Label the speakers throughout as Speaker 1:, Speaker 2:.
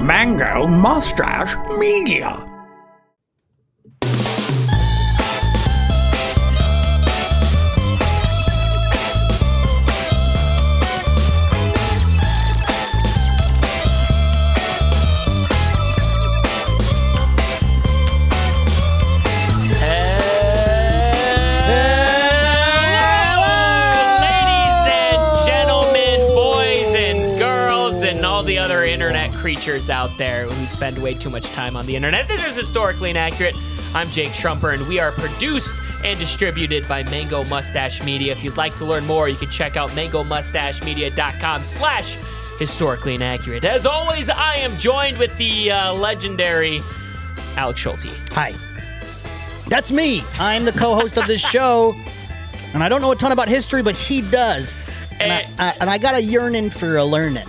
Speaker 1: Mango Mustache Media.
Speaker 2: Ladies and gentlemen, boys and girls, and all the other internet creatures out there who spend way too much time on the internet, this is historically inaccurate. I'm Jake Trumper, and we are produced and distributed by Mango Mustache Media. If you'd like to learn more, you can check out mangomustachemedia.com slash historically inaccurate. As always, I am joined with the uh, legendary Alex Schulte.
Speaker 3: Hi. That's me. I'm the co-host of this show, and I don't know a ton about history, but he does. And,
Speaker 2: Eh.
Speaker 3: I, I, and I got a yearning for a learning.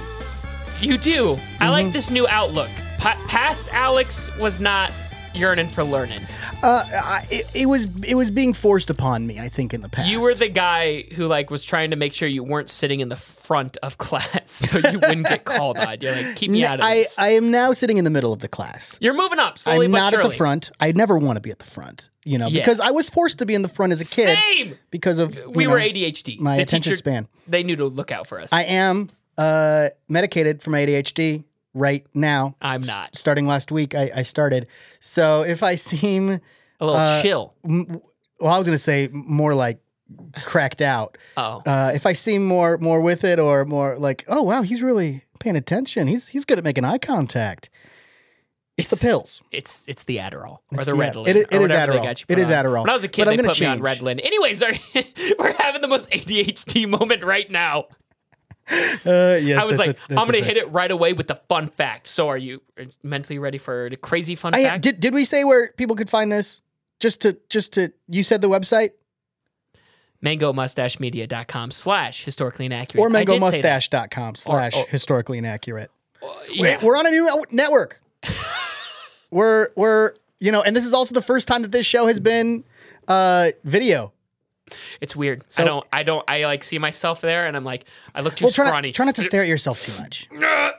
Speaker 2: You do. I
Speaker 3: Mhm.
Speaker 2: like this new outlook. Pa- past Alex was not yearning for learning.
Speaker 3: Uh, I, it, it was it was being forced upon me, I think, in the past.
Speaker 2: You were the guy who like was trying to make sure you weren't sitting in the front of class so you wouldn't get called on. You're like, keep me
Speaker 3: N-
Speaker 2: out of
Speaker 3: I,
Speaker 2: this.
Speaker 3: I am now sitting in the middle of the class.
Speaker 2: You're moving up slowly
Speaker 3: I'm
Speaker 2: but
Speaker 3: not
Speaker 2: surely.
Speaker 3: at the front. I never want to be at the front, you know,
Speaker 2: Yeah.
Speaker 3: because I was forced to be in the front as a kid
Speaker 2: Same.
Speaker 3: because of you
Speaker 2: We were
Speaker 3: know,
Speaker 2: ADHD.
Speaker 3: my
Speaker 2: The
Speaker 3: attention
Speaker 2: teacher-
Speaker 3: span.
Speaker 2: They knew to look out for us.
Speaker 3: I am uh, medicated from ADHD right now.
Speaker 2: I'm
Speaker 3: S-
Speaker 2: not.
Speaker 3: starting last week, I, I started. So if I seem,
Speaker 2: a little
Speaker 3: uh,
Speaker 2: chill.
Speaker 3: m- well, I was going to say more like cracked out.
Speaker 2: Oh,
Speaker 3: Uh, if I seem more more with it or more like, oh wow, he's really paying attention. He's he's good at making eye contact. It's,
Speaker 2: It's-
Speaker 3: the pills.
Speaker 2: it's it's the Adderall or
Speaker 3: It's
Speaker 2: the
Speaker 3: the Ad-
Speaker 2: Redlin.
Speaker 3: it- it
Speaker 2: or
Speaker 3: is
Speaker 2: whatever they
Speaker 3: Adderall.
Speaker 2: got you
Speaker 3: It
Speaker 2: put
Speaker 3: is
Speaker 2: on.
Speaker 3: Adderall.
Speaker 2: When I was a kid,
Speaker 3: But
Speaker 2: they
Speaker 3: I'm
Speaker 2: put
Speaker 3: gonna
Speaker 2: me on
Speaker 3: change.
Speaker 2: Redlin. Anyways, our, we're having the most ADHD moment right now.
Speaker 3: Uh, yes,
Speaker 2: I was
Speaker 3: that's
Speaker 2: like,
Speaker 3: a-
Speaker 2: i
Speaker 3: that's
Speaker 2: am I'm
Speaker 3: a
Speaker 2: gonna
Speaker 3: fact.
Speaker 2: hit it right away with the fun fact. So, are you mentally ready for the crazy fun
Speaker 3: I,
Speaker 2: fact?
Speaker 3: did did we say where people could find this? Just to just to you said the website
Speaker 2: MangoMustacheMedia.com slash historically inaccurate
Speaker 3: or
Speaker 2: I did say that.
Speaker 3: mangomustache.com slash
Speaker 2: or-
Speaker 3: historically inaccurate.
Speaker 2: Uh,
Speaker 3: Wait,
Speaker 2: yeah.
Speaker 3: we're on a new out- network. we're we're you know, and this is also the first time that this show has been uh video.
Speaker 2: It's weird. I
Speaker 3: So-
Speaker 2: don't. I don't. I like see myself there, and I'm like, I look too
Speaker 3: well, try
Speaker 2: scrawny.
Speaker 3: not, try not to stare at yourself too much.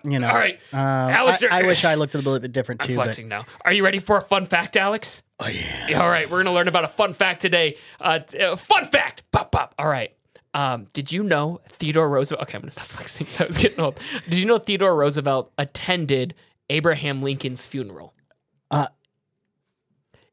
Speaker 3: You know.
Speaker 2: All right.
Speaker 3: Um,
Speaker 2: Alex,
Speaker 3: I,
Speaker 2: you're-
Speaker 3: I wish I looked a little bit different
Speaker 2: I'm
Speaker 3: too.
Speaker 2: flexing now. Are you ready for a fun fact, Alex?
Speaker 3: But, oh yeah.
Speaker 2: Yeah, All right, we're gonna learn about a fun fact today. Uh, t- uh, fun fact. Pop pop. All right. Um, did you know Theodore Roosevelt? Okay, I'm gonna stop flexing. I was getting old. Did you know Theodore Roosevelt attended Abraham Lincoln's funeral?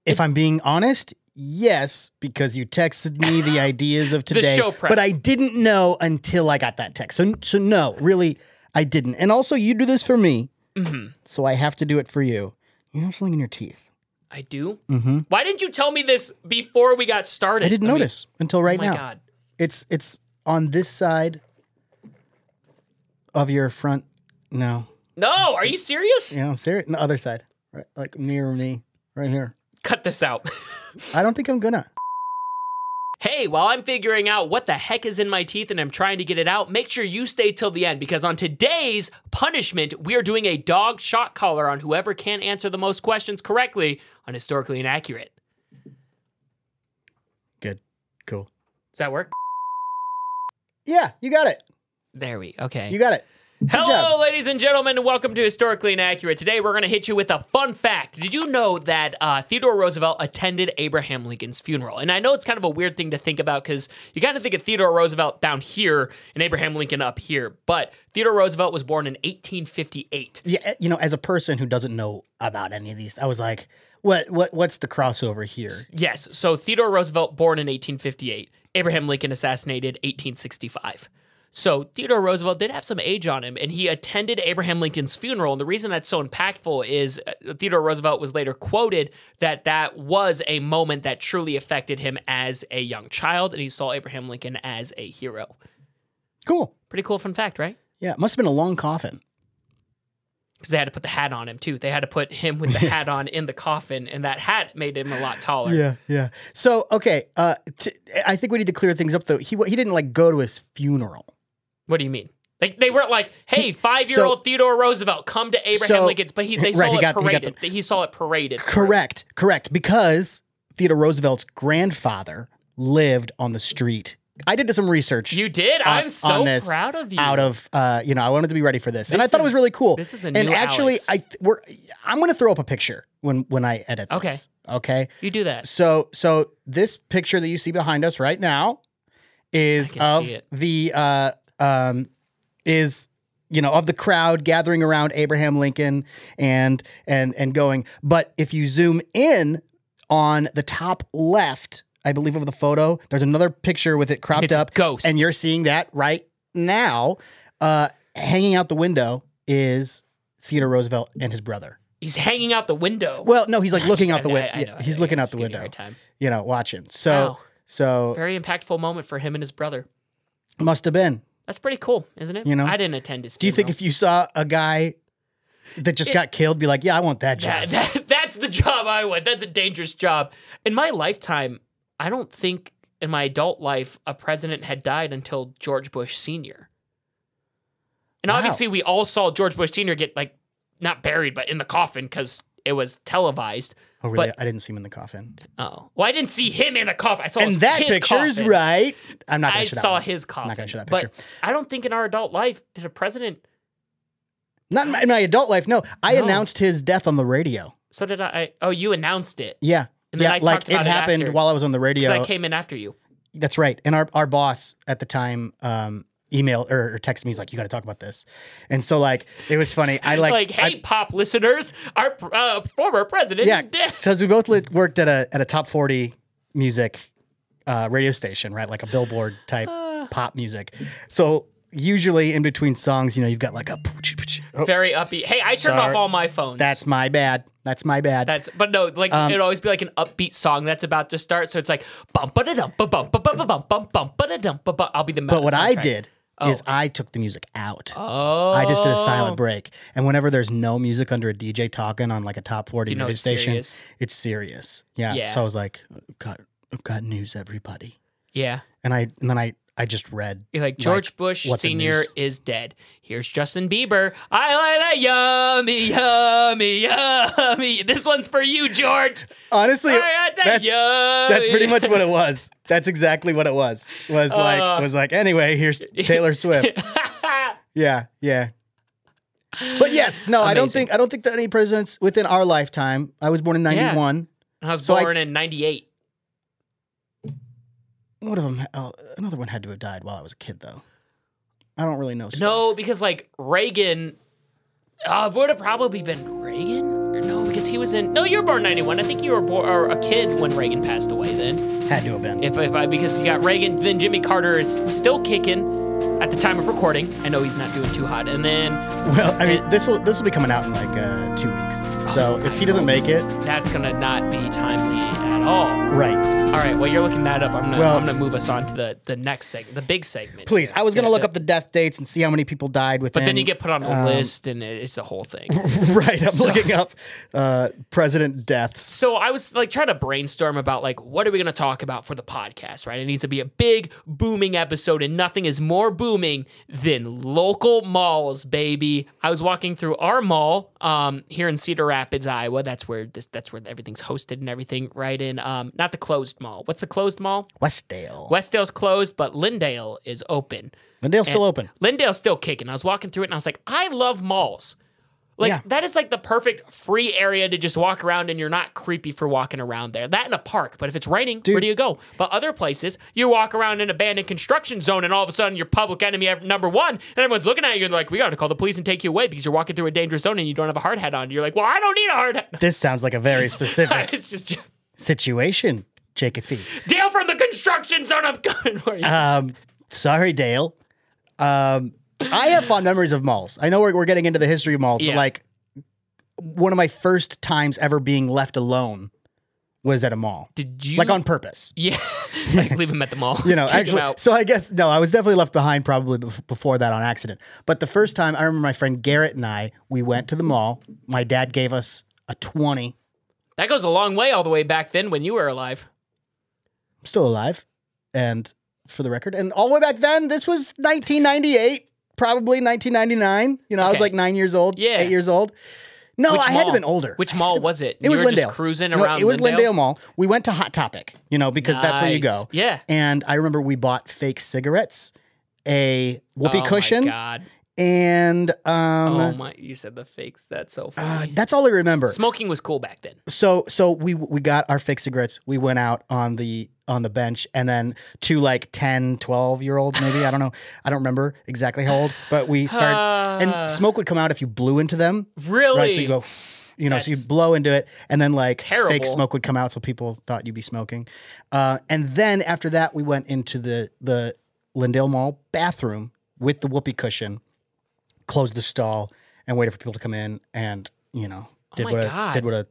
Speaker 3: If I'm being honest, yes, because you texted me the ideas of today,
Speaker 2: show prep.
Speaker 3: but I didn't know until I got that text. So so no, really I didn't. And also you do this for me,
Speaker 2: Mm-hmm.
Speaker 3: so I have to do it for you. You have something in your teeth.
Speaker 2: I do.
Speaker 3: Mhm.
Speaker 2: Why didn't you tell me this before we got started?
Speaker 3: I didn't
Speaker 2: mean,
Speaker 3: notice until right
Speaker 2: oh my
Speaker 3: now.
Speaker 2: god.
Speaker 3: It's it's on this side of your front. No,
Speaker 2: No, are you serious?
Speaker 3: you know, there, the other side, right, like near me, right here.
Speaker 2: Cut this out.
Speaker 3: I don't think I'm gonna.
Speaker 2: Hey, while I'm figuring out what the heck is in my teeth and I'm trying to get it out, make sure you stay till the end because on today's punishment, we are doing a dog shot collar on whoever can answer the most questions correctly on historically inaccurate.
Speaker 3: Good, cool.
Speaker 2: Does that work?
Speaker 3: Yeah, you got it.
Speaker 2: There we okay.
Speaker 3: You got it.
Speaker 2: Hello,
Speaker 3: job.
Speaker 2: ladies and gentlemen, and welcome to Historically Inaccurate. Today, we're going to hit you with a fun fact. Did you know that uh, Theodore Roosevelt attended Abraham Lincoln's funeral? And I know it's kind of a weird thing to think about because you kind of think of Theodore Roosevelt down here and Abraham Lincoln up here. But Theodore Roosevelt was born in 1858.
Speaker 3: Yeah, eh, you know, as a person who doesn't know about any of these, I was like, what, what, what's the crossover here?
Speaker 2: Yes, so Theodore Roosevelt born in 1858, Abraham Lincoln assassinated 1865. So Theodore Roosevelt did have some age on him, and he attended Abraham Lincoln's funeral. And the reason that's so impactful is uh, Theodore Roosevelt was later quoted that that was a moment that truly affected him as a young child, and he saw Abraham Lincoln as a hero.
Speaker 3: Cool.
Speaker 2: Pretty cool fun fact, right?
Speaker 3: Yeah, it must have been a long coffin.
Speaker 2: Because they had to put the hat on him too. They had to put him with the hat on in the coffin, and that hat made him a lot taller.
Speaker 3: Yeah, yeah. So okay, uh, t- I think we need to clear things up though. He he didn't like go to his funeral.
Speaker 2: What do you mean? They, they weren't like, hey, five year
Speaker 3: so-
Speaker 2: old Theodore Roosevelt, come to Abraham
Speaker 3: So-
Speaker 2: Lincoln's, but he they
Speaker 3: right,
Speaker 2: saw
Speaker 3: he
Speaker 2: it
Speaker 3: got- he got
Speaker 2: paraded. He, saw it paraded. through.
Speaker 3: Correct, correct. Because Theodore Roosevelt's grandfather lived on the street I did some research.
Speaker 2: You did.
Speaker 3: on-
Speaker 2: I'm so
Speaker 3: on this
Speaker 2: proud of you.
Speaker 3: out of uh, you know I wanted to be ready for this, and I
Speaker 2: This
Speaker 3: thought it was
Speaker 2: is-
Speaker 3: really cool.
Speaker 2: this is a
Speaker 3: and
Speaker 2: new
Speaker 3: actually
Speaker 2: Alex.
Speaker 3: I th- we're I'm gonna throw up a picture when when I edit.
Speaker 2: Okay.
Speaker 3: This, okay.
Speaker 2: you do that.
Speaker 3: So so this picture that you see behind us right now is
Speaker 2: I can
Speaker 3: of
Speaker 2: see it.
Speaker 3: the uh um is you know of the crowd gathering around Abraham Lincoln and and and going. But if you zoom in on the top left, I believe of the photo, there's another picture with it cropped
Speaker 2: It's
Speaker 3: up
Speaker 2: ghost.
Speaker 3: and you're seeing that right now. Uh, hanging out the window is Theodore Roosevelt and his brother.
Speaker 2: he's hanging out the window.
Speaker 3: Well, no, he's like looking out the
Speaker 2: I-
Speaker 3: window.
Speaker 2: I- I know, I
Speaker 3: he's
Speaker 2: know,
Speaker 3: looking
Speaker 2: yeah,
Speaker 3: out the
Speaker 2: just giving you a
Speaker 3: window,
Speaker 2: hard time.
Speaker 3: you know, watching. So,
Speaker 2: Wow.
Speaker 3: so
Speaker 2: very impactful moment for him and his brother.
Speaker 3: must have been.
Speaker 2: That's pretty cool, isn't it?
Speaker 3: You know?
Speaker 2: I didn't attend his.
Speaker 3: Do you think if you saw a guy that just
Speaker 2: It-
Speaker 3: got killed, be like, yeah, I want that job?
Speaker 2: that, that- that's the job I want? That's a dangerous job. In my lifetime, I don't think in my adult life a president had died until George Bush Senior. And
Speaker 3: Wow.
Speaker 2: obviously, we all saw George Bush Senior get like not buried, but in the coffin because it was televised.
Speaker 3: oh, really?
Speaker 2: but-
Speaker 3: I didn't see him in the coffin.
Speaker 2: Oh, well, I didn't see him in the coffin. I saw
Speaker 3: And
Speaker 2: his-
Speaker 3: that
Speaker 2: his
Speaker 3: picture's
Speaker 2: coffin.
Speaker 3: right. I'm not
Speaker 2: I
Speaker 3: gonna show that
Speaker 2: saw
Speaker 3: one.
Speaker 2: his coffin.
Speaker 3: not gonna show that
Speaker 2: But I don't think in our adult life did a president.
Speaker 3: Not in my, in my adult life. No, I
Speaker 2: No.
Speaker 3: announced his death on the radio.
Speaker 2: So did I, I? Oh, you announced it.
Speaker 3: Yeah,
Speaker 2: And then
Speaker 3: yeah,
Speaker 2: I
Speaker 3: like
Speaker 2: talked about it
Speaker 3: happened
Speaker 2: after.
Speaker 3: while I was on the radio.
Speaker 2: Because I came in after you.
Speaker 3: That's right. And our, our boss at the time um, emailed or, or texted me. He's like, you got to talk about this. And so like, it was funny. I like,
Speaker 2: Like, hey, pop listeners, our uh, former president
Speaker 3: I, yeah,
Speaker 2: is dead.
Speaker 3: because we both lit, worked at a at a top forty music uh, radio station, right? Like a billboard type
Speaker 2: Uh.
Speaker 3: pop music. So usually in between songs, you know, you've got like a. Oh,
Speaker 2: Very upbeat. Hey, I turned
Speaker 3: Sorry.
Speaker 2: off all my phones.
Speaker 3: that's Um, my bad. That's my bad.
Speaker 2: that's. But no, like it'd always be like an upbeat song that's about to start. So it's like bum ba da dum ba bum ba ba ba bum bum bum ba da dum ba bum. I'll be the.
Speaker 3: but what I
Speaker 2: soundtrack.
Speaker 3: did is I took the music out.
Speaker 2: Oh.
Speaker 3: I just did a silent break. And whenever there's no music under a DJ talking on like a top 40
Speaker 2: You know
Speaker 3: radio
Speaker 2: it's
Speaker 3: station,
Speaker 2: serious.
Speaker 3: it's serious. Yeah.
Speaker 2: Yeah.
Speaker 3: So I was like, I've got, I've got news, everybody.
Speaker 2: Yeah.
Speaker 3: And I and then I I just read.
Speaker 2: You're like George Bush
Speaker 3: what's in
Speaker 2: Senior
Speaker 3: news?
Speaker 2: is dead. Here's Justin Bieber. I like that yummy, yummy, yummy. This one's for you, George.
Speaker 3: Honestly,
Speaker 2: I like that
Speaker 3: that's,
Speaker 2: yummy.
Speaker 3: that's pretty much what it was. That's exactly what it was. Was like
Speaker 2: Uh.
Speaker 3: was like anyway, here's Taylor Swift. Yeah, yeah. But yes, no, I don't
Speaker 2: Amazing.
Speaker 3: think I don't think that any presidents within our lifetime. I was born in
Speaker 2: Yeah.
Speaker 3: 91.
Speaker 2: I was
Speaker 3: So I-
Speaker 2: born in '98.
Speaker 3: One of them oh, another one had to have died while I was a kid though. I don't really know. Stuff.
Speaker 2: No, because like Reagan, uh, would have probably been Reagan. Or no, because he was in. No, you were born '91. I think you were born or a kid when Reagan passed away. Then,
Speaker 3: had to have been.
Speaker 2: if if I because you got Reagan, then Jimmy Carter is still kicking. At the time of recording, I know he's not doing too hot. And then
Speaker 3: Well, I mean, this will this will be coming out in like uh, two weeks.
Speaker 2: Oh,
Speaker 3: So if he doesn't make it,
Speaker 2: that's gonna not be timely at all.
Speaker 3: right?
Speaker 2: All right, well you're looking that up. I'm gonna
Speaker 3: Well-
Speaker 2: I'm gonna move us on to the the next segment, the big segment.
Speaker 3: Please,
Speaker 2: here.
Speaker 3: I was gonna
Speaker 2: Yeah,
Speaker 3: look
Speaker 2: the-
Speaker 3: up the death dates and see how many people died within.
Speaker 2: But then you get put on a
Speaker 3: um,
Speaker 2: list, and it- it's a whole thing.
Speaker 3: right. I'm looking up uh, president deaths.
Speaker 2: so I was like trying to brainstorm about like what are we going to talk about for the podcast, right? It needs to be a big booming episode and nothing is more booming than local malls, baby. I was walking through our mall um here in Cedar Rapids, Iowa. That's where this that's where everything's hosted and everything right in um not the closed mall. What's the closed mall?
Speaker 3: Westdale.
Speaker 2: Westdale's closed, but Lindale is open.
Speaker 3: Lindale's still open.
Speaker 2: Lindale's still kicking. I was walking through it and I was like, I love malls. Like
Speaker 3: Yeah.
Speaker 2: that is like the perfect free area to just walk around and you're not creepy for walking around there. That in a park, but if it's raining, where do you go? But other places, you walk around an abandoned construction zone and all of a sudden you're public enemy ev- number one and everyone's looking at you and like, we gotta call the police and take you away because you're walking through a dangerous zone and you don't have a hard hat on. You're like, well, I don't need a hard hat.
Speaker 3: This sounds like a very specific
Speaker 2: it's just
Speaker 3: situation, Jacob Thief.
Speaker 2: Dale from the construction zone. I'm coming for you.
Speaker 3: Um, sorry, Dale. Um, I have fond memories of malls. I know we're, we're getting into the history of malls,
Speaker 2: Yeah.
Speaker 3: but like one of my first times ever being left alone was at a mall,
Speaker 2: Did you
Speaker 3: like on purpose.
Speaker 2: Yeah, like leave him at the mall.
Speaker 3: You know,
Speaker 2: Mm. Kick him
Speaker 3: actually,
Speaker 2: out.
Speaker 3: so I guess no, I was definitely left behind probably bef- before that on accident. But the first time I remember my friend Garrett and I, we went to the mall. My dad gave us a 20.
Speaker 2: That goes a long way all the way back then when you were alive.
Speaker 3: I'm still alive. And for the record, and all the way back then, this was 1998, probably 1999. You know, I was
Speaker 2: Okay.
Speaker 3: like nine years old,
Speaker 2: Yeah.
Speaker 3: eight years old. No,
Speaker 2: Which
Speaker 3: I had to
Speaker 2: mall?
Speaker 3: have been older.
Speaker 2: Which mall was it?
Speaker 3: It was
Speaker 2: you were
Speaker 3: Lindale.
Speaker 2: Just cruising
Speaker 3: No,
Speaker 2: around.
Speaker 3: it was Lindale? Mall. We went to Hot Topic, you know, because that's where you
Speaker 2: Nice.
Speaker 3: go.
Speaker 2: Yeah.
Speaker 3: And I remember we bought fake cigarettes, a whoopee
Speaker 2: oh
Speaker 3: cushion,
Speaker 2: My God.
Speaker 3: and
Speaker 2: Oh
Speaker 3: um,
Speaker 2: my! You said the fakes. That's so
Speaker 3: uh,
Speaker 2: funny.
Speaker 3: that's all I remember.
Speaker 2: Smoking was cool back then.
Speaker 3: so so we we got our fake cigarettes we went out on the on the bench and then two like 10 12 year olds maybe i don't know i don't remember exactly how old but we started
Speaker 2: Ah.
Speaker 3: and smoke would come out if you blew into them
Speaker 2: Really?
Speaker 3: right so you go you know so you
Speaker 2: That's
Speaker 3: blow into it and then like fake
Speaker 2: terrible.
Speaker 3: smoke would come out so people thought you'd be smoking uh, and then after that we went into the the lindale mall bathroom with the whoopee cushion closed the stall and waited for people to come in and you know did
Speaker 2: Oh my
Speaker 3: what a,
Speaker 2: God.
Speaker 3: did what a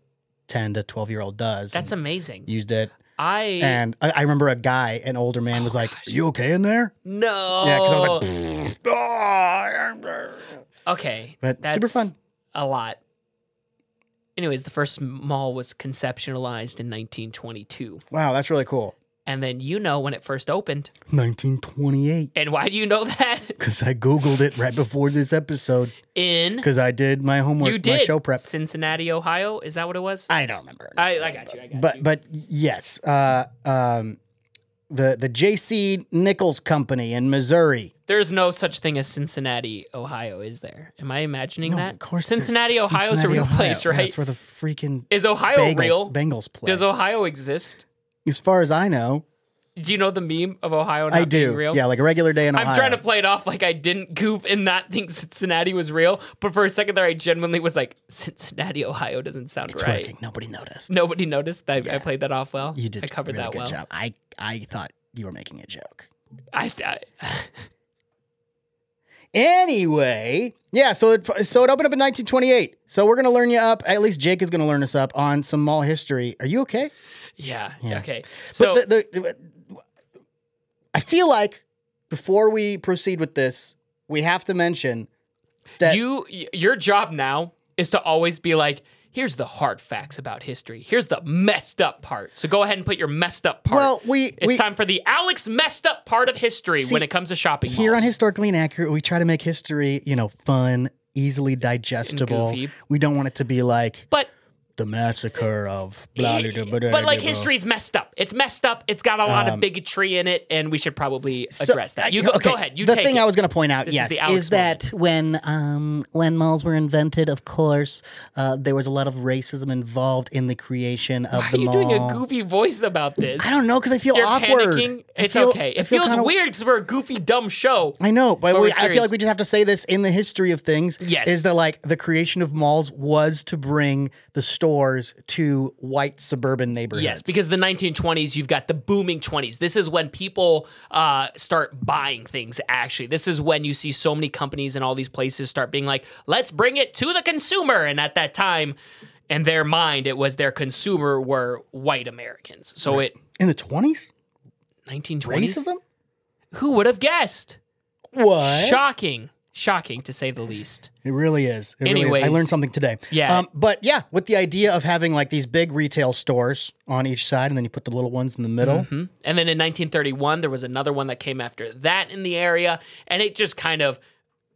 Speaker 3: 10 to 12 year old does
Speaker 2: That's
Speaker 3: and
Speaker 2: amazing.
Speaker 3: used it
Speaker 2: I
Speaker 3: and I, I remember a guy an older
Speaker 2: Oh
Speaker 3: man was like you okay in there
Speaker 2: no.
Speaker 3: yeah because i was like "Oh."
Speaker 2: okay.
Speaker 3: but
Speaker 2: That's
Speaker 3: super fun
Speaker 2: A lot. Anyways, the first mall was conceptualized in 1922,
Speaker 3: wow that's really cool
Speaker 2: and then you know when it first opened.
Speaker 3: 1928
Speaker 2: And why do you know that?
Speaker 3: Because I Googled it right before this episode.
Speaker 2: In
Speaker 3: Because I did my homework,
Speaker 2: you did
Speaker 3: my show prep.
Speaker 2: Cincinnati, Ohio. Is that what it was?
Speaker 3: I don't remember.
Speaker 2: I, I got you. I got
Speaker 3: but
Speaker 2: you.
Speaker 3: but yes, uh, um, the the J.C. Nichols Company in Missouri.
Speaker 2: There's no such thing as Cincinnati, Ohio, is there? Am I imagining that?
Speaker 3: of course. they're-
Speaker 2: Cincinnati, Ohio is a
Speaker 3: Cincinnati,
Speaker 2: real
Speaker 3: Ohio.
Speaker 2: place,
Speaker 3: Yeah,
Speaker 2: right?
Speaker 3: That's where the freaking
Speaker 2: is Ohio
Speaker 3: Bengals,
Speaker 2: real?
Speaker 3: Bengals play.
Speaker 2: Does Ohio exist?
Speaker 3: as far as I know,
Speaker 2: Do you know the meme of Ohio Oh, not
Speaker 3: I do.
Speaker 2: being real?
Speaker 3: Yeah, like a regular day in Ohio.
Speaker 2: I'm trying to play it off like I didn't goof and not think Cincinnati was real, but for a second there, I genuinely was like, Cincinnati, Ohio doesn't sound
Speaker 3: It's
Speaker 2: right.
Speaker 3: working. Nobody noticed.
Speaker 2: Nobody noticed that I- I played that off well.
Speaker 3: You did.
Speaker 2: I covered
Speaker 3: a really
Speaker 2: that
Speaker 3: good
Speaker 2: well.
Speaker 3: Job. I I thought you were making a joke.
Speaker 2: I, I
Speaker 3: Anyway, yeah, so it, so it opened up in 1928. So we're gonna learn you up. At least Jake is gonna learn us up on some mall history. Are you okay?
Speaker 2: yeah,
Speaker 3: Yeah.
Speaker 2: Okay. So
Speaker 3: but the, the, I feel like before we proceed with this, we have to mention that
Speaker 2: you y- your job now is to always be like here's the hard facts about history here's the messed up part so go ahead and put your messed up part
Speaker 3: well we
Speaker 2: it's
Speaker 3: we
Speaker 2: time for the alex messed up part of history
Speaker 3: See,
Speaker 2: when it comes to shopping
Speaker 3: here on
Speaker 2: malls.
Speaker 3: historically inaccurate we try to make history you know fun, easily digestible.
Speaker 2: goofy.
Speaker 3: We don't want it to be like
Speaker 2: but
Speaker 3: the massacre of blah, blah, blah, blah, blah,
Speaker 2: but like
Speaker 3: blah.
Speaker 2: history's messed up it's messed up it's got a lot of bigotry in it and we should probably
Speaker 3: Um, So-
Speaker 2: address that you
Speaker 3: I-
Speaker 2: go,
Speaker 3: okay,
Speaker 2: go ahead you
Speaker 3: the
Speaker 2: take
Speaker 3: thing
Speaker 2: it.
Speaker 3: I was going to point out,
Speaker 2: This is
Speaker 3: yes,
Speaker 2: the
Speaker 3: is,
Speaker 2: Alex
Speaker 3: that when um, when malls were invented, of course, uh, there was a lot of racism involved in the creation of
Speaker 2: why are
Speaker 3: the
Speaker 2: you
Speaker 3: mall.
Speaker 2: doing a goofy voice about this
Speaker 3: I don't know because I feel
Speaker 2: you're
Speaker 3: awkward.
Speaker 2: panicking
Speaker 3: I
Speaker 2: it's
Speaker 3: feel-
Speaker 2: okay
Speaker 3: I
Speaker 2: it
Speaker 3: feel
Speaker 2: feels
Speaker 3: kinda-
Speaker 2: weird because we're a goofy dumb show
Speaker 3: I know, but,
Speaker 2: But
Speaker 3: we,
Speaker 2: we're
Speaker 3: I feel
Speaker 2: serious.
Speaker 3: like we just have to say this in the history of things.
Speaker 2: Yes.
Speaker 3: is that like the creation of malls was to bring the stores to white suburban neighborhoods?
Speaker 2: Yes, because the 1920s, you've got the booming 20s. This is when people uh, start buying things, actually. This is when you see so many companies and all these places start being like, let's bring it to the consumer. And at that time, in their mind, it was their consumer were white Americans. So it,
Speaker 3: in the twenties,
Speaker 2: 1920s?
Speaker 3: racism.
Speaker 2: Who would have guessed?
Speaker 3: What?
Speaker 2: Shocking. Shocking, to say the least.
Speaker 3: It really is. It really is. I
Speaker 2: Anyways.
Speaker 3: learned something today. Um,
Speaker 2: Yeah.
Speaker 3: but yeah, with the idea of having like these big retail stores on each side, and then you put the little ones in the middle.
Speaker 2: Hmm. And then in 1931, there was another one that came after that in the area, and it just kind of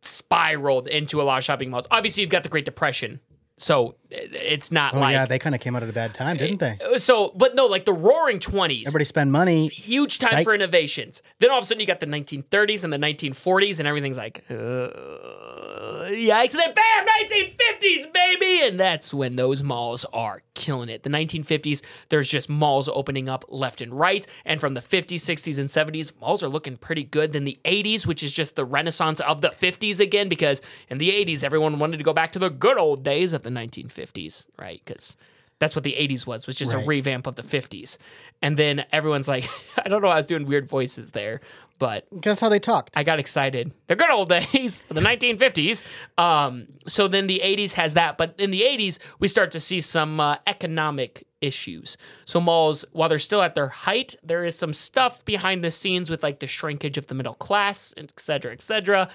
Speaker 2: spiraled into a lot of shopping malls. Obviously, you've got the Great Depression, so it- it's not
Speaker 3: Oh
Speaker 2: like
Speaker 3: yeah, they kind of came out at a bad time, didn't they?
Speaker 2: so. But no, like the Roaring Twenties,
Speaker 3: Everybody spend money.
Speaker 2: huge time
Speaker 3: Psych.
Speaker 2: for innovations. Then all of a sudden, you got the 1930s and the 1940s, and everything's like, uh, yikes! And then bam, 1950s, baby, and that's when those malls are killing it. The 1950s, there's just malls opening up left and right, and from the 50s, 60s, and 70s, malls are looking pretty good. Then the 80s, which is just the renaissance of the 50s again, because in the 80s, everyone wanted to go back to the good old days of the 1950s, right? Because that's what the 80s was, was just a revamp of the 50s. And then everyone's like, I don't know, I was doing weird voices there, but
Speaker 3: Guess how they talked.
Speaker 2: I got excited. The good old days, the 1950s. Um, so then the 80s has that, but in the 80s we start to see some uh, economic issues. So malls, while they're still at their height, there is some stuff behind the scenes with like the shrinkage of the middle class, et cetera, et cetera,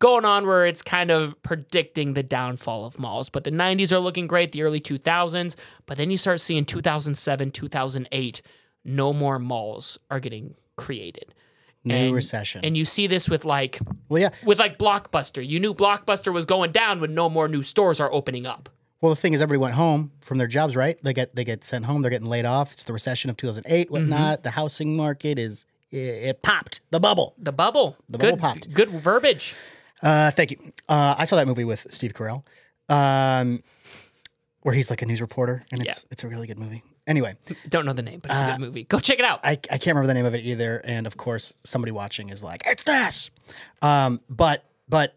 Speaker 2: going on where it's kind of predicting the downfall of malls. But the 90s are looking great, the early 2000s. But then you start seeing 2007, 2008, no more malls are getting created.
Speaker 3: New
Speaker 2: And-
Speaker 3: recession.
Speaker 2: And you see this with like
Speaker 3: well, yeah.
Speaker 2: with like Blockbuster. You knew Blockbuster was going down when no more new stores are opening up.
Speaker 3: Well, the thing is, everybody went home from their jobs, right? They get they get sent home. They're getting laid off. It's the recession of 2008,
Speaker 2: Mm-hmm.
Speaker 3: whatnot. The housing market is it, it popped the bubble.
Speaker 2: The bubble.
Speaker 3: The
Speaker 2: good,
Speaker 3: bubble popped.
Speaker 2: Good verbiage.
Speaker 3: Uh, thank you. Uh, I saw that movie with Steve Carell, um, where he's like a news reporter, and it's it's a really good movie. Anyway,
Speaker 2: Don't know the name, but it's a good movie. Go check it out.
Speaker 3: Uh, I, I can't remember the name of it either. And of course, somebody watching is like, it's this. Um, but but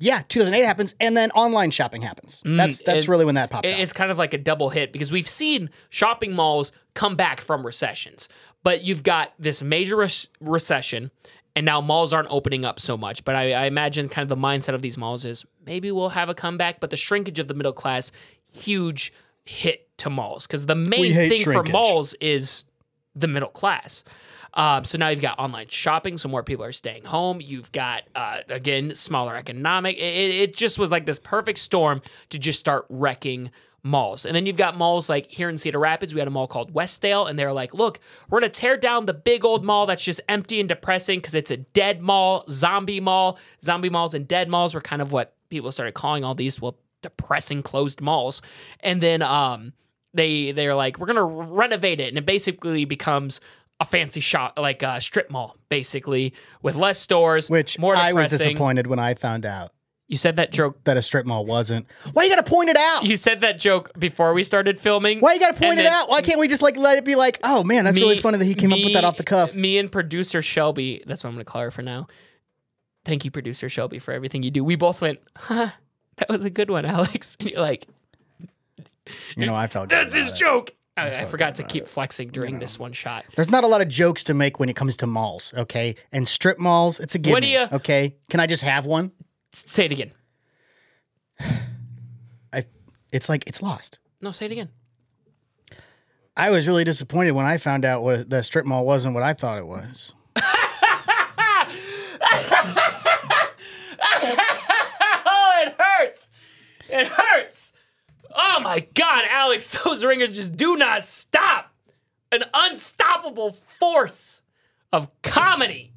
Speaker 3: yeah, 2008 happens, and then online shopping happens. that's that's
Speaker 2: Mm, it-
Speaker 3: really when that popped.
Speaker 2: It-
Speaker 3: up.
Speaker 2: It's kind of like a double hit because we've seen shopping malls come back from recessions, but you've got this major res- recession, and now malls aren't opening up so much. But I, I imagine kind of the mindset of these malls is maybe we'll have a comeback, but the shrinkage of the middle class, huge hit to malls because the main
Speaker 3: hate
Speaker 2: thing for
Speaker 3: shrinkage.
Speaker 2: malls is the middle class. Um, so now you've got online shopping, so more people are staying home. You've got uh, again smaller economic. It, it, it just was like this perfect storm to just start wrecking malls. And then you've got malls like here in Cedar Rapids, we had a mall called Westdale, and they're like, look, we're gonna tear down the big old mall that's just empty and depressing because it's a dead mall, zombie mall. Zombie malls and dead malls were kind of what people started calling all these. Well, depressing closed malls, and then um they they're like we're gonna renovate it and it basically becomes a fancy shop like a strip mall basically with less stores
Speaker 3: Which
Speaker 2: more
Speaker 3: I
Speaker 2: depressing.
Speaker 3: was disappointed when I found out
Speaker 2: you said that joke
Speaker 3: that a strip mall wasn't. Why you gotta point it out?
Speaker 2: you said that joke before we started filming
Speaker 3: Why you gotta point
Speaker 2: and
Speaker 3: it
Speaker 2: then
Speaker 3: out? Why can't we just like let it be like, oh man, that's really
Speaker 2: me-
Speaker 3: funny that he came up with that
Speaker 2: me-
Speaker 3: off the cuff.
Speaker 2: me and producer shelby that's what i'm gonna call her for now thank you producer shelby for everything you do we both went huh that was a good one alex and you're like
Speaker 3: you know, I felt good
Speaker 2: that's
Speaker 3: about
Speaker 2: his
Speaker 3: it.
Speaker 2: joke I, I forgot to keep flexing during this one shot
Speaker 3: There's not a lot of jokes to make when it comes to malls, okay? And strip malls, it's a gimme.
Speaker 2: What do you-
Speaker 3: Okay, can I just have one?
Speaker 2: S- say it again
Speaker 3: I, it's like it's lost.
Speaker 2: no say it again
Speaker 3: I was really disappointed when I found out what the strip mall wasn't what I thought it was.
Speaker 2: oh, it hurts. It hurts. Oh my God, Alex, those ringers just do not stop. An unstoppable force of comedy.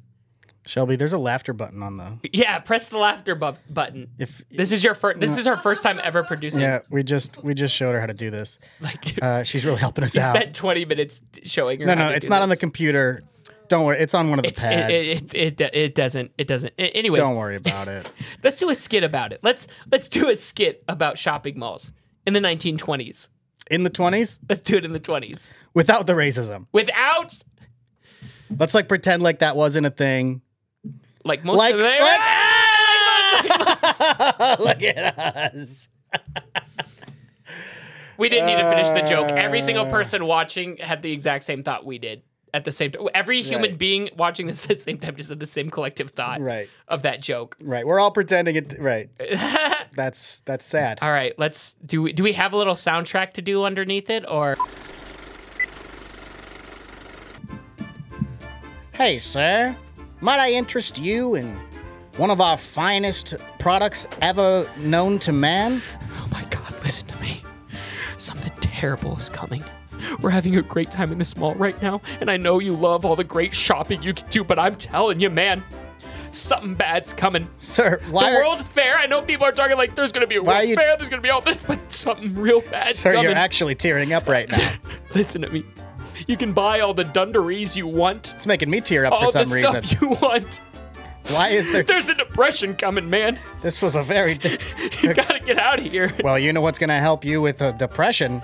Speaker 3: Shelby, there's a laughter button on the
Speaker 2: Yeah, press the laughter bu- button.
Speaker 3: if
Speaker 2: This is your first. This is her first time ever producing.
Speaker 3: yeah, we just we just showed her how to do this.
Speaker 2: Like,
Speaker 3: Uh, she's really helping us out.
Speaker 2: spent 20 minutes showing her.
Speaker 3: No,
Speaker 2: how
Speaker 3: no,
Speaker 2: to
Speaker 3: it's
Speaker 2: do
Speaker 3: not on the
Speaker 2: this.
Speaker 3: computer. Don't worry, it's on one of the
Speaker 2: It's,
Speaker 3: pads.
Speaker 2: it, it, it, it doesn't. It doesn't. A- Anyways,
Speaker 3: Don't worry about it.
Speaker 2: let's do a skit about it. Let's let's do a skit about shopping malls in the 1920s.
Speaker 3: In the twenties,
Speaker 2: Let's do it in the 20s
Speaker 3: without the racism.
Speaker 2: without
Speaker 3: Let's like pretend like that wasn't a thing.
Speaker 2: Like most
Speaker 3: Like-
Speaker 2: of them.
Speaker 3: like-
Speaker 2: Ah!
Speaker 3: Look at us.
Speaker 2: we didn't need to finish the joke. Every single
Speaker 3: Uh.
Speaker 2: person watching had the exact same thought we did at the same time. Every human
Speaker 3: Right.
Speaker 2: being watching this at the same time just had the same collective thought
Speaker 3: Right,
Speaker 2: of that joke.
Speaker 3: right. We're all pretending it. Right. That's that's sad.
Speaker 2: All right, let's do. We, do we have a little soundtrack to do underneath it, or
Speaker 3: Hey, sir. Might I interest you in one of our finest products ever known to man?
Speaker 2: Oh my god, listen to me. Something terrible is coming. We're having a great time in this mall right now, and I know you love all the great shopping you can do, but I'm telling you, man, something bad's coming.
Speaker 3: Sir, why
Speaker 2: the
Speaker 3: are,
Speaker 2: World Fair. I know people are talking like there's going to be a
Speaker 3: Why are
Speaker 2: World
Speaker 3: you-
Speaker 2: Fair, there's going to be all this, but something real bad.
Speaker 3: sir,
Speaker 2: coming.
Speaker 3: you're actually tearing up right now.
Speaker 2: Listen to me. You can buy all the dungarees you want,
Speaker 3: It's making me tear up
Speaker 2: all
Speaker 3: for
Speaker 2: the
Speaker 3: some reason.
Speaker 2: stuff you want.
Speaker 3: Why is there?
Speaker 2: There's a depression coming, man.
Speaker 3: this was a very. di-
Speaker 2: You got to get out of here.
Speaker 3: well, you know what's going to help you with a depression?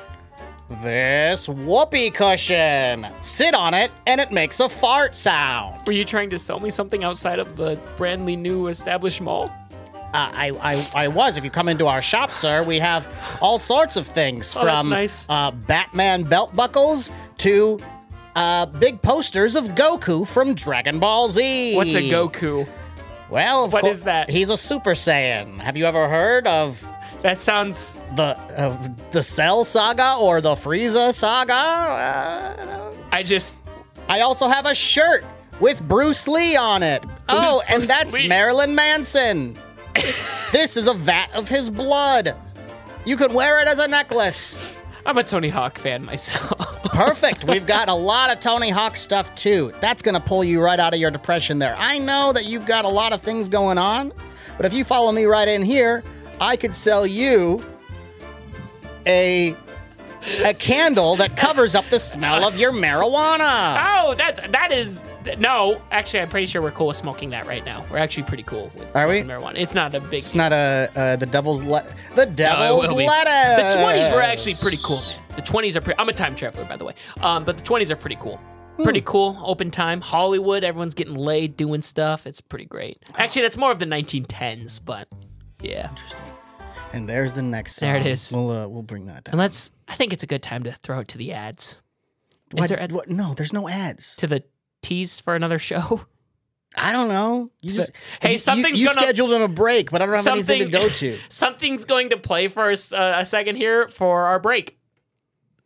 Speaker 3: This whoopee cushion. Sit on it, and it makes a fart sound.
Speaker 2: Were you trying to sell me something outside of the brandly new established mall?
Speaker 3: Uh, I, I, I was. If you come into our shop, sir, we have all sorts of things
Speaker 2: Oh, that's
Speaker 3: from
Speaker 2: nice.
Speaker 3: uh, Batman belt buckles to uh, big posters of Goku from Dragon Ball Z.
Speaker 2: What's a Goku?
Speaker 3: Well, of
Speaker 2: What
Speaker 3: cour-
Speaker 2: is that?
Speaker 3: He's a Super Saiyan. Have you ever heard of
Speaker 2: That sounds.
Speaker 3: the uh, the Cell Saga or the Frieza Saga? Uh,
Speaker 2: I just.
Speaker 3: I also have a shirt with Bruce Lee on it. Oh, and
Speaker 2: Bruce
Speaker 3: that's
Speaker 2: Lee?
Speaker 3: Marilyn Manson. this is a vat of his blood. You can wear it as a necklace.
Speaker 2: I'm a Tony Hawk fan myself.
Speaker 3: Perfect. We've got a lot of Tony Hawk stuff too. That's going to pull you right out of your depression there. I know that you've got a lot of things going on, but if you follow me right in here, I could sell you a a candle that covers up the smell of your marijuana.
Speaker 2: Oh, that's that is no. Actually, I'm pretty sure we're cool with smoking that right now. We're actually pretty cool with
Speaker 3: Are we?
Speaker 2: smoking marijuana. It's not a big.
Speaker 3: It's not a uh, the devil's le- the
Speaker 2: No, it
Speaker 3: devil's
Speaker 2: will be.
Speaker 3: lettuce.
Speaker 2: The 20s were actually pretty cool, man. The 20s are pretty. I'm a time traveler, by the way. Um, but the 20s are pretty cool. Pretty
Speaker 3: Hmm.
Speaker 2: cool. Open time. Hollywood. Everyone's getting laid, doing stuff. It's pretty great. Actually, that's more of the 1910s, but yeah.
Speaker 3: And there's the next. Song.
Speaker 2: There it is.
Speaker 3: We'll uh, we'll bring that down.
Speaker 2: And let's. I think it's a good time to throw it to the ads. Is
Speaker 3: What-
Speaker 2: there ad-
Speaker 3: what- no, there's no ads.
Speaker 2: to the tease for another show?
Speaker 3: I don't know. You just
Speaker 2: Hey,
Speaker 3: you-
Speaker 2: something's
Speaker 3: you, you
Speaker 2: gonna-
Speaker 3: scheduled on a break, but I don't have anything to go to.
Speaker 2: Something's going to play for us, uh, a second here for our break.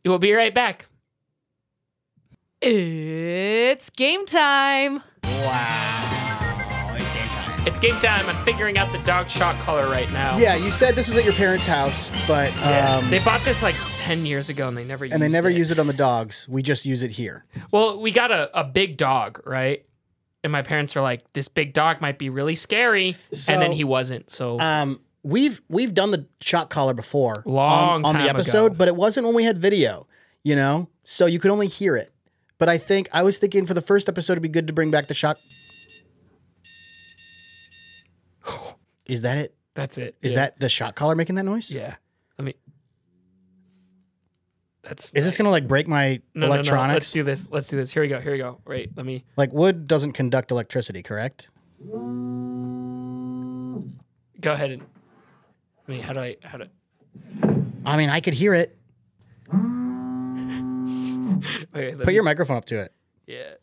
Speaker 2: We'll be right back.
Speaker 4: It's game time.
Speaker 3: wow. It's game time.
Speaker 2: It's game time. I'm figuring out the dog shot color right now.
Speaker 3: Yeah, you said this was at your parents' house, but
Speaker 2: Yeah.
Speaker 3: um,
Speaker 2: they bought this like 10 years ago and they never used
Speaker 3: and they never
Speaker 2: it.
Speaker 3: use it on the dogs. We just use it here.
Speaker 2: Well, we got a, a big dog, right? And my parents were like, this big dog might be really scary.
Speaker 3: So-
Speaker 2: and then he wasn't. So
Speaker 3: Um, we've we've done the shot collar before
Speaker 2: Long
Speaker 3: on, on
Speaker 2: time
Speaker 3: the episode,
Speaker 2: ago.
Speaker 3: but it wasn't when we had video, you know, so you could only hear it. But I think I was thinking for the first episode, it'd be good to bring back the shot. Is that it?
Speaker 2: that's it.
Speaker 3: Is
Speaker 2: Yeah.
Speaker 3: that the shot collar making that noise?
Speaker 2: Yeah. I mean, that's.
Speaker 3: Is this gonna like break my
Speaker 2: No, no, no. Let's
Speaker 3: electronics?
Speaker 2: do this. Let's do this. Here we go. Here we go. Wait, let me.
Speaker 3: Like wood doesn't conduct electricity, correct?
Speaker 2: Go ahead and. I mean, how do I. How do
Speaker 3: I mean, I could hear it.
Speaker 2: Wait, let
Speaker 3: Put
Speaker 2: me-
Speaker 3: your microphone up to it.
Speaker 2: Yeah.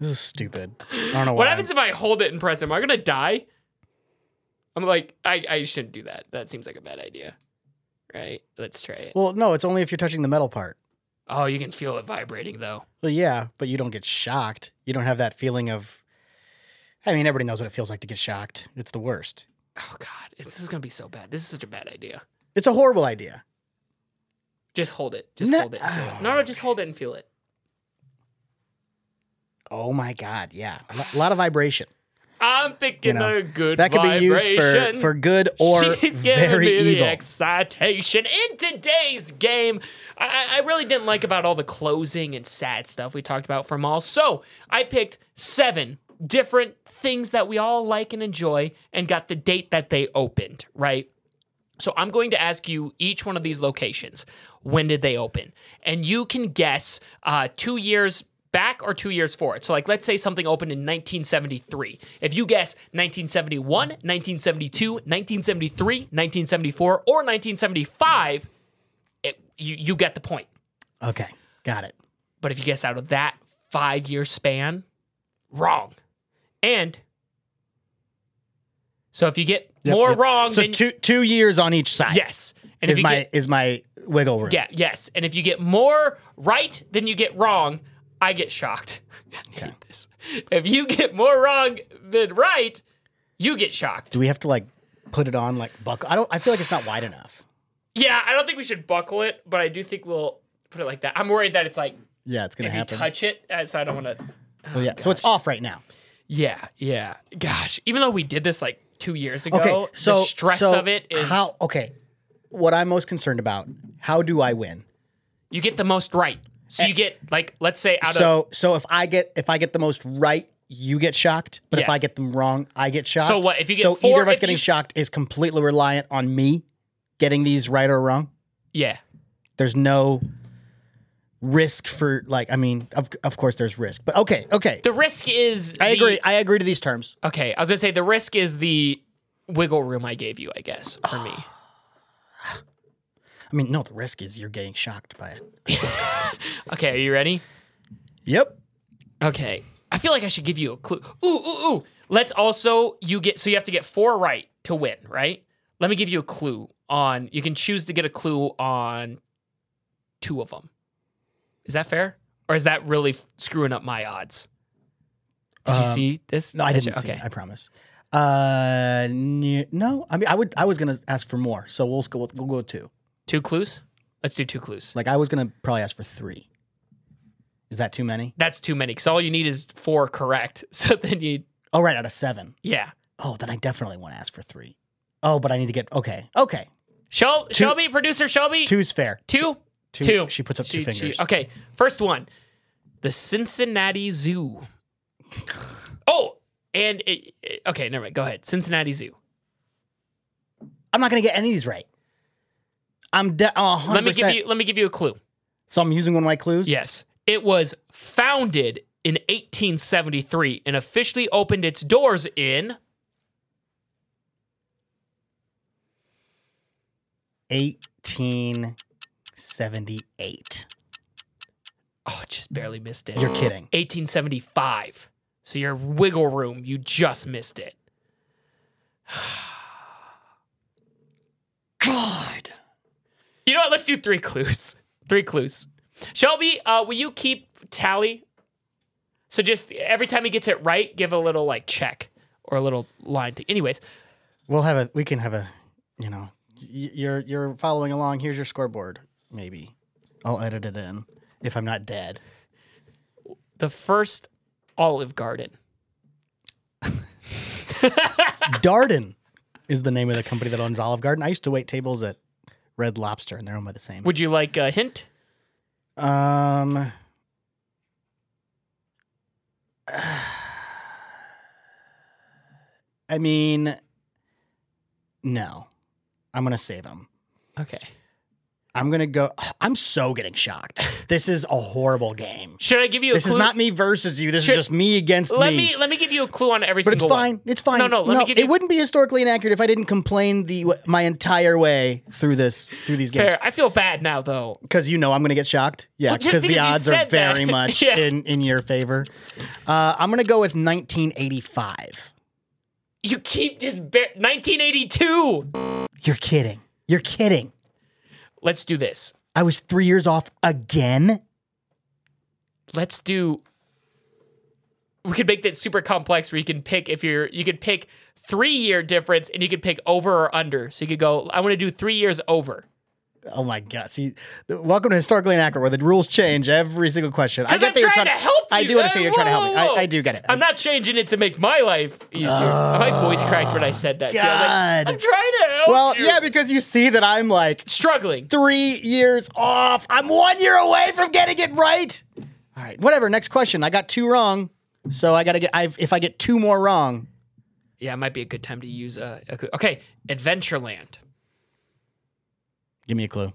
Speaker 3: This is stupid. I don't know why.
Speaker 2: What happens if I hold it and press it? Am I gonna die? I'm like, I, I shouldn't do that. That seems like a bad idea. Right? Let's try it.
Speaker 3: Well, no, it's only if you're touching the metal part.
Speaker 2: Oh, you can feel it vibrating though.
Speaker 3: Well, yeah, but you don't get shocked. You don't have that feeling of. I mean, everybody knows what it feels like to get shocked. It's the worst.
Speaker 2: Oh god, it's, this is gonna be so bad. This is such a bad idea.
Speaker 3: It's a horrible idea.
Speaker 2: Just hold it. Just
Speaker 3: No-
Speaker 2: hold it. And feel it. No, no, just hold it and feel it.
Speaker 3: Oh my god, yeah, a lo- lot of vibration.
Speaker 2: I'm picking
Speaker 3: You know,
Speaker 2: a good
Speaker 3: That could be used for
Speaker 2: vibration.
Speaker 3: for good or
Speaker 2: She's giving
Speaker 3: very
Speaker 2: me
Speaker 3: evil.
Speaker 2: the excitation in today's game. I, I- I really didn't like about all the closing and sad stuff we talked about from all. So I picked seven different things that we all like and enjoy, and got the date that they opened. Right. So I'm going to ask you each one of these locations. When did they open? And you can guess uh, two years back or two years forward. So, like, let's say something opened in 1973. If you guess 1971, 1972, 1973, 1974, or 1975, it, you you get the point.
Speaker 3: okay, got it.
Speaker 2: But if you guess out of that five year span, wrong. And so if you get
Speaker 3: Yep,
Speaker 2: more
Speaker 3: yep.
Speaker 2: wrong,
Speaker 3: So
Speaker 2: than
Speaker 3: two two years on each side.
Speaker 2: yes. And
Speaker 3: is
Speaker 2: you
Speaker 3: my
Speaker 2: get-
Speaker 3: is my wiggle room.
Speaker 2: Yeah, yes. And if you get more right than you get wrong, I get shocked. I hate this. If you get more wrong than right, you get shocked.
Speaker 3: Do we have to like put it on like buckle? I don't. I feel like it's not wide enough.
Speaker 2: Yeah, I don't think we should buckle it, but I do think we'll put it like that. I'm worried that it's like
Speaker 3: Yeah, it's gonna
Speaker 2: if you Oh
Speaker 3: happen.
Speaker 2: touch it, uh, so I don't want to.
Speaker 3: Well, yeah, so it's off right now.
Speaker 2: Yeah, yeah. Gosh, even though we did this like two years ago,
Speaker 3: Okay, so
Speaker 2: the stress
Speaker 3: so
Speaker 2: of it is
Speaker 3: how. Okay, what I'm most concerned about. How do I win?
Speaker 2: you get the most right. So you get like let's say out of
Speaker 3: Eh, So so if I get if I get the most right, you get shocked. But if
Speaker 2: Yeah.
Speaker 3: I get them wrong, I get shocked.
Speaker 2: So what, if you get
Speaker 3: so
Speaker 2: four-
Speaker 3: either of us
Speaker 2: if
Speaker 3: getting
Speaker 2: you-
Speaker 3: shocked is completely reliant on me getting these right or wrong.
Speaker 2: yeah.
Speaker 3: There's no risk for like I mean of of course there's risk, but okay okay.
Speaker 2: The risk is
Speaker 3: I
Speaker 2: the-
Speaker 3: agree. I agree to these terms.
Speaker 2: Okay, I was gonna say the risk is the wiggle room I gave you, I guess, for me.
Speaker 3: I mean, no, the risk is you're getting shocked by it.
Speaker 2: Okay, are you ready?
Speaker 3: Yep.
Speaker 2: Okay, I feel like I should give you a clue. Ooh, ooh, ooh. Let's also you get so you have to get four right to win, right? Let me give you a clue on. You can choose to get a clue on two of them. Is that fair, or is that really f- screwing up my odds? Did you
Speaker 3: Um,
Speaker 2: see this?
Speaker 3: No, I
Speaker 2: Did
Speaker 3: didn't
Speaker 2: you-
Speaker 3: see it. I promise. Uh, n- no. I mean, I would. I was gonna ask for more, so we'll go. With, we'll go with two.
Speaker 2: Two clues? Let's do two clues.
Speaker 3: Like I was gonna probably ask for three. Is that too many?
Speaker 2: That's too many because all you need is four correct. So then you,
Speaker 3: Oh, right, out of seven.
Speaker 2: yeah.
Speaker 3: Oh, then I definitely want to ask for three. Oh, but I need to get okay. Okay,
Speaker 2: Shel- Shelby, producer Shelby.
Speaker 3: two's fair.
Speaker 2: Two?
Speaker 3: Two. She puts up two
Speaker 2: She- she-
Speaker 3: fingers.
Speaker 2: okay, first one. The Cincinnati Zoo. oh, and it, it- okay, never mind. Go ahead. Cincinnati Zoo.
Speaker 3: I'm not gonna get any of these right. I'm de- oh, 100%.
Speaker 2: Let me give you. Let me give you a clue.
Speaker 3: So I'm using one of my clues.
Speaker 2: Yes, it was founded in 1873 and officially opened its doors in
Speaker 3: 1878.
Speaker 2: oh, just barely missed it.
Speaker 3: You're kidding.
Speaker 2: 1875. So your wiggle room, you just missed it.
Speaker 3: God.
Speaker 2: You know what? Let's do three clues. Three clues. Shelby, uh, will you keep tally? So just every time he gets it right, give a little like check or a little line thing. Anyways,
Speaker 3: We'll have a. We can have a. You know, y- you're you're following along. Here's your scoreboard. Maybe I'll edit it in if I'm not dead.
Speaker 2: the first Olive Garden.
Speaker 3: Darden is the name of the company that owns Olive Garden. I used to wait tables at Red Lobster, and they're owned by the same.
Speaker 2: Would you like a hint?
Speaker 3: Um. I mean, no. I'm gonna save him.
Speaker 2: Okay.
Speaker 3: I'm gonna go. I'm so getting shocked. This is a horrible game.
Speaker 2: Should I give you a
Speaker 3: This
Speaker 2: clue?
Speaker 3: is not me versus you. This
Speaker 2: Sure.
Speaker 3: is just me against
Speaker 2: let
Speaker 3: me.
Speaker 2: me let me give you a clue on every
Speaker 3: but it's
Speaker 2: single one.
Speaker 3: fine. It's fine.
Speaker 2: No, no, let me give
Speaker 3: it
Speaker 2: you-
Speaker 3: wouldn't be historically inaccurate if I didn't complain the my entire way through this through these games.
Speaker 2: Fair. I feel bad now though.
Speaker 3: because you know I'm going to get shocked. Yeah,
Speaker 2: Well, just
Speaker 3: because the
Speaker 2: because you
Speaker 3: odds are
Speaker 2: said that.
Speaker 3: very much
Speaker 2: Yeah.
Speaker 3: in in your favor. Uh, I'm going to go with 1985.
Speaker 2: You keep just bar- 1982.
Speaker 3: You're kidding. You're kidding.
Speaker 2: Let's do this.
Speaker 3: I was three years off again.
Speaker 2: let's do we could make that super complex where you can pick if you're you could pick three year difference and you could pick over or under so you could go i want to do three years over
Speaker 3: Oh my god! See, th- welcome to historically inaccurate, where the rules change every single question. I
Speaker 2: 'Cause
Speaker 3: get
Speaker 2: I'm
Speaker 3: that you're
Speaker 2: trying to help
Speaker 3: I
Speaker 2: you.
Speaker 3: do understand
Speaker 2: Hey,
Speaker 3: you're trying to help
Speaker 2: whoa,
Speaker 3: me.
Speaker 2: whoa,
Speaker 3: I,
Speaker 2: whoa.
Speaker 3: I do get it.
Speaker 2: i'm not changing it to make my life easier my voice cracked when i said that too. I was like,
Speaker 3: God.
Speaker 2: i'm trying to help
Speaker 3: well,
Speaker 2: you."
Speaker 3: yeah, because you see that I'm like
Speaker 2: struggling
Speaker 3: three years off. I'm one year away from getting it right. All right, whatever. Next question. I got two wrong, so I gotta get. I've, if I get two more wrong,
Speaker 2: yeah it might be a good time to use a, a clue. okay adventureland
Speaker 3: give me a clue.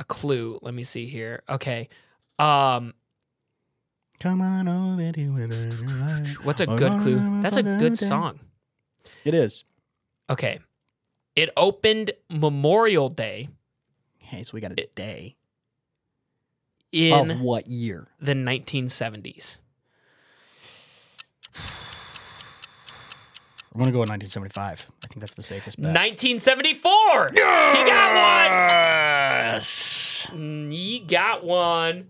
Speaker 2: a clue let me see here okay um
Speaker 3: Come on over to it.
Speaker 2: what's a good clue that's a good song
Speaker 3: It is.
Speaker 2: Okay. It opened Memorial Day
Speaker 3: Okay, so we got a day
Speaker 2: in
Speaker 3: of what year?
Speaker 2: the 1970s.
Speaker 3: I'm gonna go with 1975. I think that's the safest bet.
Speaker 2: 1974. He got
Speaker 3: Yes.
Speaker 2: one. He got one.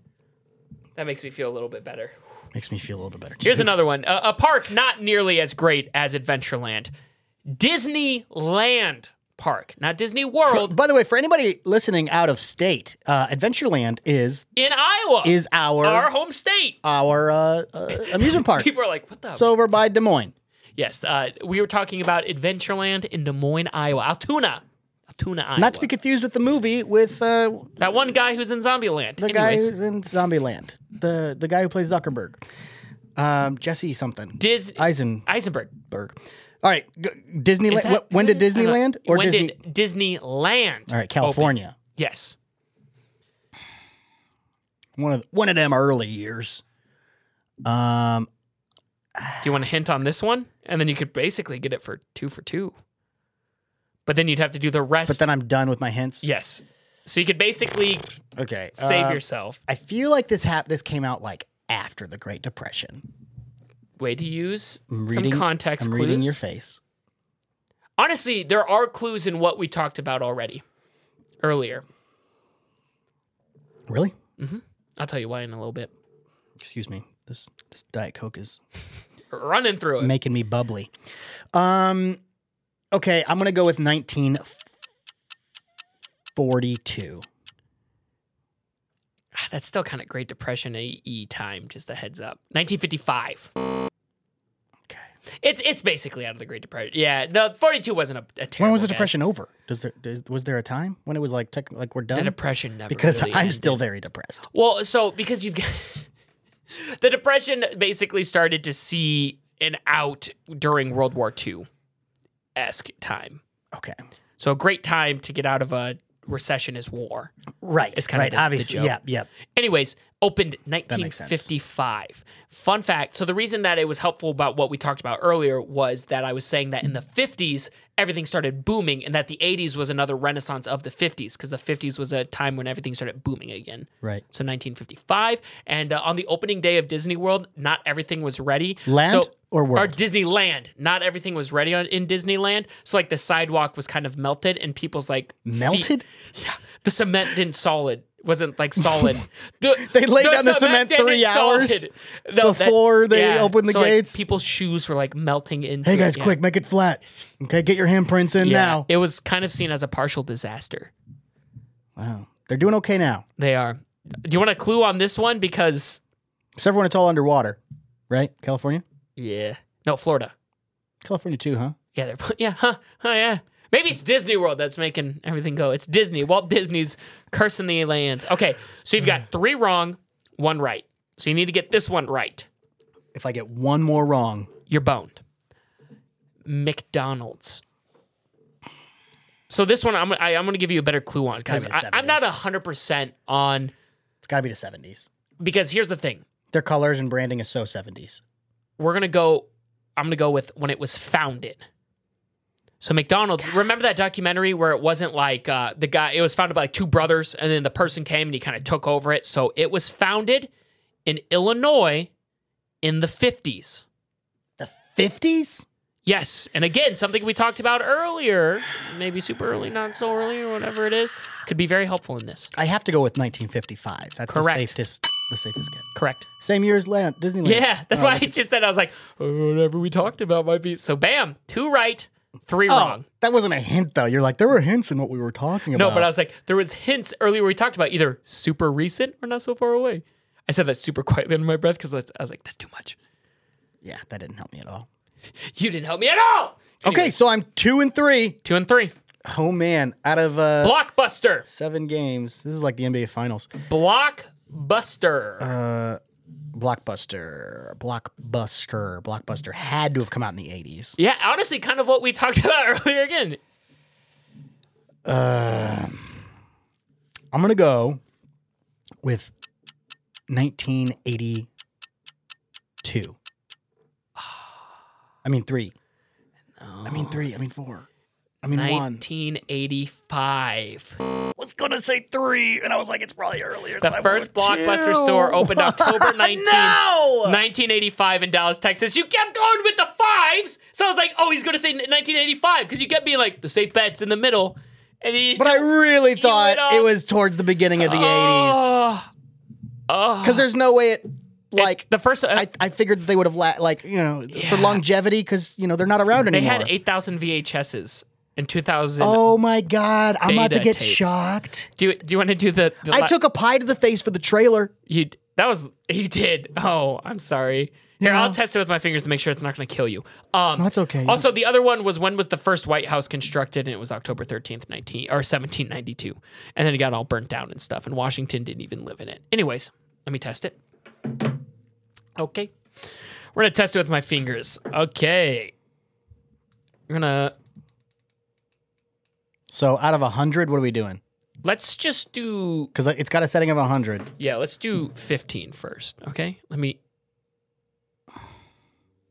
Speaker 2: That makes me feel a little bit better.
Speaker 3: Makes me feel a little bit better. too.
Speaker 2: Mm. Here's another one. A, a park not nearly as great as Adventureland. Disneyland Park, not Disney World,
Speaker 3: By the way, for anybody listening out of state, uh, Adventureland is
Speaker 2: in Iowa.
Speaker 3: is our
Speaker 2: our home state.
Speaker 3: our uh, uh, amusement park.
Speaker 2: People are like, what the?
Speaker 3: It's over by Des Moines.
Speaker 2: yes, uh, we were talking about Adventureland in Des Moines, Iowa. Altoona. Altoona, Iowa.
Speaker 3: Not to be confused with the movie with uh,
Speaker 2: That one guy who's in Zombieland.
Speaker 3: the guy
Speaker 2: Anyways,
Speaker 3: who's in Zombieland, the the guy who plays Zuckerberg, um, Jesse something
Speaker 2: Dis-
Speaker 3: Eisenberg.
Speaker 2: Eisenberg.
Speaker 3: All right, g- Disneyland.
Speaker 2: Is that-
Speaker 3: wh- when did
Speaker 2: I don't know.
Speaker 3: Disneyland or
Speaker 2: when
Speaker 3: Disney?
Speaker 2: did Disneyland?
Speaker 3: All right, California.
Speaker 2: open? Yes.
Speaker 3: One of one of them early years. Um,
Speaker 2: Do you want a hint on this one? And then you could basically get it for two for two. But then you'd have to do the rest.
Speaker 3: but then I'm done with my hints.
Speaker 2: yes. So you could basically
Speaker 3: Okay.
Speaker 2: save
Speaker 3: um,
Speaker 2: yourself.
Speaker 3: I feel like this hap- This came out like after the Great Depression.
Speaker 2: Way to use
Speaker 3: I'm
Speaker 2: some context
Speaker 3: I'm
Speaker 2: clues.
Speaker 3: reading your face.
Speaker 2: Honestly, there are clues in what we talked about already earlier.
Speaker 3: Really?
Speaker 2: I'll tell you why in a little bit.
Speaker 3: Excuse me. This this Diet Coke is
Speaker 2: Running through it.
Speaker 3: making me bubbly. Um, okay, I'm gonna go with 19 42.
Speaker 2: Ah, That's still kind of Great Depression e time. Just a heads up. 1955.
Speaker 3: Okay.
Speaker 2: It's it's basically out of the Great Depression. Yeah, the 42 wasn't a, a terrible.
Speaker 3: When was the
Speaker 2: guess.
Speaker 3: depression over? Does there does, was there a time when it was like tech, like we're
Speaker 2: The
Speaker 3: done?
Speaker 2: Depression never.
Speaker 3: because
Speaker 2: really
Speaker 3: I'm
Speaker 2: ended.
Speaker 3: still very depressed.
Speaker 2: Well, so because you've got the depression basically started to see an out during World War II esque time.
Speaker 3: Okay.
Speaker 2: So a great time to get out of a recession is war.
Speaker 3: Right.
Speaker 2: It's kind of
Speaker 3: right.
Speaker 2: the- the
Speaker 3: obviously.
Speaker 2: joke.
Speaker 3: yep. Yep.
Speaker 2: Anyways, opened
Speaker 3: makes sense.
Speaker 2: 1955. Fun fact. So the reason that it was helpful about what we talked about earlier was that I was saying that in the 50s everything started booming and that the 80s was another renaissance of the 50s because the 50s was a time when everything started booming again.
Speaker 3: Right.
Speaker 2: So 1955, and uh, on the opening day of Disney World, not everything was ready.
Speaker 3: Land
Speaker 2: so,
Speaker 3: or
Speaker 2: Or
Speaker 3: world?
Speaker 2: Disneyland, not everything was ready on, in Disneyland. So like the sidewalk was kind of melted, and people's like feet-
Speaker 3: Melted?
Speaker 2: yeah, the cement didn't solid. Wasn't like solid. The-
Speaker 3: They laid down the cement
Speaker 2: didn't
Speaker 3: three hours
Speaker 2: solid. No, that-
Speaker 3: before they opened the
Speaker 2: so, like,
Speaker 3: gates?
Speaker 2: people's shoes were like melting into.
Speaker 3: Hey
Speaker 2: it,
Speaker 3: guys,
Speaker 2: yeah.
Speaker 3: quick, make it flat. Okay, get your handprints in
Speaker 2: Yeah,
Speaker 3: now.
Speaker 2: it was kind of seen as a partial disaster.
Speaker 3: wow. They're doing okay now.
Speaker 2: They are. Do you want a clue on this one? Because
Speaker 3: Except for when it's all underwater, right? California?
Speaker 2: yeah, no, Florida.
Speaker 3: California too, huh?
Speaker 2: Yeah, they're yeah, huh, huh, yeah. Maybe it's Disney World that's making everything go. It's Disney. Walt Disney's cursing the lands. Okay, so you've got three wrong, one right. So you need to get this one right.
Speaker 3: If I get one more wrong,
Speaker 2: You're boned. McDonald's. So this one, I'm I, I'm going to give you a better clue on
Speaker 3: gotta
Speaker 2: because
Speaker 3: be the
Speaker 2: I'm not
Speaker 3: 70s.
Speaker 2: hundred percent on
Speaker 3: it's got to be the 70s.
Speaker 2: because here's the thing.
Speaker 3: Their colors and branding is so 70s.
Speaker 2: We're gonna go. I'm gonna go with when it was founded. So McDonald's, remember that documentary where it wasn't like uh, the guy? It was founded by like two brothers, and then the person came and he kind of took over it. So it was founded in Illinois in the fifties.
Speaker 3: The 50s?
Speaker 2: Yes, and again, something we talked about earlier, maybe super early, not so early, or whatever it is, could be very helpful in this.
Speaker 3: I have to go with 1955. That's
Speaker 2: Correct.
Speaker 3: the safest the safest guess.
Speaker 2: Correct.
Speaker 3: Same year as Land Disneyland.
Speaker 2: Yeah, that's
Speaker 3: Oh,
Speaker 2: why I just said I was like, oh, whatever we talked about might be so. Bam, two right, three
Speaker 3: Oh,
Speaker 2: wrong.
Speaker 3: that wasn't a hint though. You're like there were hints in what we were talking
Speaker 2: No,
Speaker 3: about.
Speaker 2: but I was like, there was hints earlier we talked about either super recent or not so far away. I said that super quietly under my breath because I was like, that's too much.
Speaker 3: yeah, that didn't help me at all.
Speaker 2: You didn't help me at all. Anyway,
Speaker 3: Okay, so I'm two and three.
Speaker 2: two and three.
Speaker 3: Oh man, out of uh,
Speaker 2: Blockbuster.
Speaker 3: seven games, this is like the NBA Finals.
Speaker 2: Blockbuster.
Speaker 3: Uh. Blockbuster, blockbuster, blockbuster had to have come out in the 80s.
Speaker 2: yeah, honestly, kind of what we talked about earlier again.
Speaker 3: Uh, I'm gonna go with 1982. I mean three. I mean three. I mean four. I mean one.
Speaker 2: 1985.
Speaker 3: I was gonna say three, and I was like, it's probably earlier.
Speaker 2: The first Blockbuster store opened October 19th,
Speaker 3: No!
Speaker 2: 1985 in Dallas, Texas. You kept going with the fives. So I was like, oh, he's going to say 1985 because you kept being like, the safe bet's in the middle. And he,
Speaker 3: But I really thought
Speaker 2: went
Speaker 3: it
Speaker 2: all-
Speaker 3: was towards the beginning of the 80s
Speaker 2: Oh, oh.
Speaker 3: because there's no way it like.
Speaker 2: the first, uh,
Speaker 3: I, I figured that they would have la- like you know for
Speaker 2: Yeah.
Speaker 3: longevity because you know they're not around
Speaker 2: they
Speaker 3: anymore.
Speaker 2: had 8,000 VHSs in 2000.
Speaker 3: Oh my god, I'm about to
Speaker 2: Beta
Speaker 3: get
Speaker 2: tapes.
Speaker 3: shocked.
Speaker 2: Do, you, do you want to do the, the
Speaker 3: I
Speaker 2: la-
Speaker 3: took a pie to the face for the trailer.
Speaker 2: You that was you did. Oh, I'm sorry. Here,
Speaker 3: No.
Speaker 2: I'll test it with my fingers to make sure it's not going to kill you. Um,
Speaker 3: No, it's okay.
Speaker 2: Also, the other one was when was the first White House constructed, and it was October 13th, 19 or 1792, and then it got all burnt down and stuff, and Washington didn't even live in it. Anyways, let me test it. Okay, we're gonna test it with my fingers. Okay, we're gonna
Speaker 3: So out of 100, what are we doing?
Speaker 2: let's just do
Speaker 3: Cuz it's got a setting of 100.
Speaker 2: Yeah, let's do 15 first, okay? Let me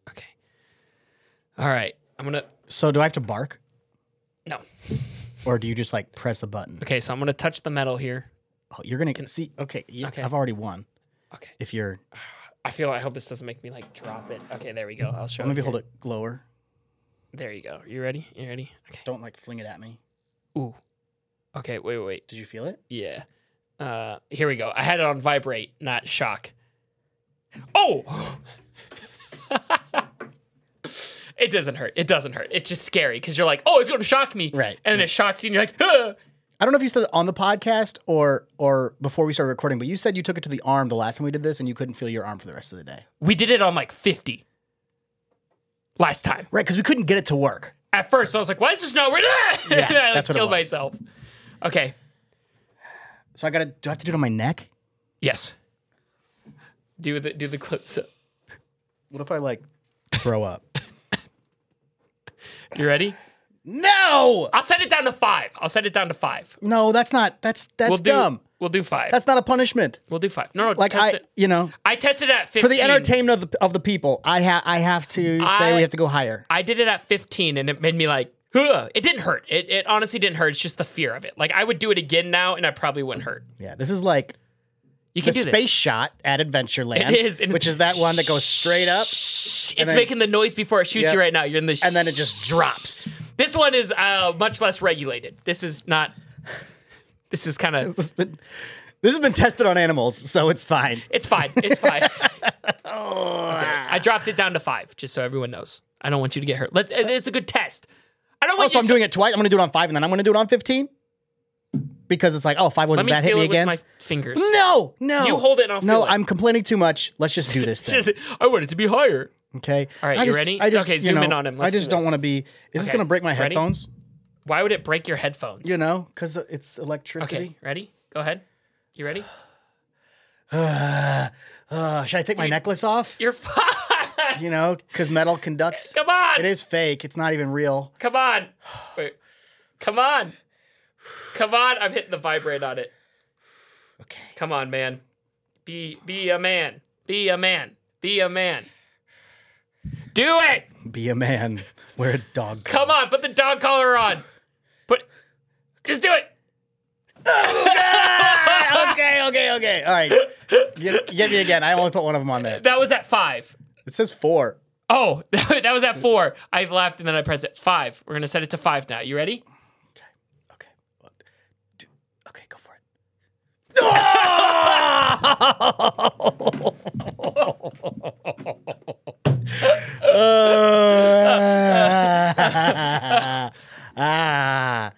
Speaker 2: Okay. All right. I'm going to
Speaker 3: So do I have to bark
Speaker 2: No.
Speaker 3: or do you just like press a button?
Speaker 2: Okay, so I'm going to touch the metal here.
Speaker 3: Oh, you're going to see okay, you,
Speaker 2: Okay. Oh,
Speaker 3: I've already won.
Speaker 2: Okay.
Speaker 3: If you're
Speaker 2: I feel I hope this doesn't make me like drop it. Okay, there we go. I'll show
Speaker 3: let me
Speaker 2: it
Speaker 3: hold
Speaker 2: here.
Speaker 3: it lower.
Speaker 2: There you go. You ready? You ready? Okay.
Speaker 3: Don't like fling it at me.
Speaker 2: Ooh. Okay, wait, wait, wait.
Speaker 3: Did you feel it?
Speaker 2: Yeah. Uh here we go. I had it on vibrate, not shock. Oh. It doesn't hurt. It doesn't hurt. It's just scary because you're like, oh, it's going to shock me.
Speaker 3: Right.
Speaker 2: And then it shocks you and you're like, huh.
Speaker 3: I don't know if you said it on the podcast or or before we started recording, but you said you took it to the arm the last time we did this, and you couldn't feel your arm for the rest of the day,
Speaker 2: We did it on like 50 last time.
Speaker 3: right? Because we couldn't get it to work.
Speaker 2: At first, I was like, why is this not working?
Speaker 3: Yeah,
Speaker 2: and I like,
Speaker 3: that's what it
Speaker 2: killed
Speaker 3: was.
Speaker 2: myself. Okay.
Speaker 3: So I gotta do. I have to do it on my neck.
Speaker 2: Yes. Do the do the close up.
Speaker 3: What if I like throw up?
Speaker 2: You ready?
Speaker 3: no,
Speaker 2: I'll set it down to five. I'll set it down to five.
Speaker 3: no, that's not. That's that's
Speaker 2: we'll do
Speaker 3: dumb.
Speaker 2: we'll do five.
Speaker 3: That's not a punishment.
Speaker 2: we'll do five. No, no,
Speaker 3: Like
Speaker 2: test
Speaker 3: I,
Speaker 2: it.
Speaker 3: you know,
Speaker 2: I tested it at fifteen.
Speaker 3: for the entertainment of the of the people, I ha I have to say
Speaker 2: I-
Speaker 3: we have to go higher.
Speaker 2: I did it at 15 and it made me like, Huh. it didn't hurt. It, it honestly didn't hurt. It's just the fear of it. Like I would do it again now and I probably wouldn't hurt.
Speaker 3: Yeah, this is like
Speaker 2: You
Speaker 3: the
Speaker 2: can do
Speaker 3: space shot at Adventureland,
Speaker 2: It is, and it's-
Speaker 3: which is that one that goes straight up
Speaker 2: this. It's
Speaker 3: then-
Speaker 2: making the noise before it shoots
Speaker 3: Yep.
Speaker 2: you right now. You're in the
Speaker 3: and then it just drops.
Speaker 2: This one is uh, much less regulated. This is not. This is kind of.
Speaker 3: This has been this has been tested on animals, so it's fine.
Speaker 2: It's fine. It's fine. Okay, I dropped it down to five, just so everyone knows. I don't want you to get hurt. Let, it- it's a good test. I don't want you.
Speaker 3: Also, I'm doing it twice. I'm gonna do it on five, and then I'm gonna do it on fifteen because it's like, oh, five
Speaker 2: Let
Speaker 3: wasn't
Speaker 2: me
Speaker 3: bad. Hit
Speaker 2: feel
Speaker 3: me
Speaker 2: it
Speaker 3: again.
Speaker 2: with my fingers.
Speaker 3: No, no.
Speaker 2: You hold it and I'll
Speaker 3: No,
Speaker 2: feel it.
Speaker 3: I'm complaining too much. Let's just do this thing.
Speaker 2: Just- I want it to be higher.
Speaker 3: Okay.
Speaker 2: All right,
Speaker 3: I
Speaker 2: you
Speaker 3: just-
Speaker 2: ready?
Speaker 3: I just,
Speaker 2: Okay,
Speaker 3: you
Speaker 2: zoom in
Speaker 3: know,
Speaker 2: on him.
Speaker 3: I
Speaker 2: Let's
Speaker 3: just
Speaker 2: do
Speaker 3: don't
Speaker 2: this.
Speaker 3: want to be. Is this
Speaker 2: Okay,
Speaker 3: gonna break my
Speaker 2: ready?
Speaker 3: headphones?
Speaker 2: Why would it break your headphones?
Speaker 3: You know, because it's electricity.
Speaker 2: okay, ready? Go ahead. You ready?
Speaker 3: Uh, should I take my necklace off?
Speaker 2: You're fine.
Speaker 3: You know, because metal conducts.
Speaker 2: Come on.
Speaker 3: It is fake. It's not even real.
Speaker 2: Come on. Wait. Come on. Come on. I'm hitting the vibrate on it.
Speaker 3: Okay.
Speaker 2: Come on, man. Be be a man. Be a man. Be a man. Do it.
Speaker 3: Be a man. Wear a dog. collar.
Speaker 2: Come on. Put the dog collar on. Put. Just do it.
Speaker 3: okay, okay, okay. All right. Get, get me again. I only put one of them on there.
Speaker 2: That was at five.
Speaker 3: It says four.
Speaker 2: Oh, that was at four. I left and then I pressed it. Five. We're gonna set it to five now. You ready?
Speaker 3: Okay. One, two- Okay, go for it. Uh, ah.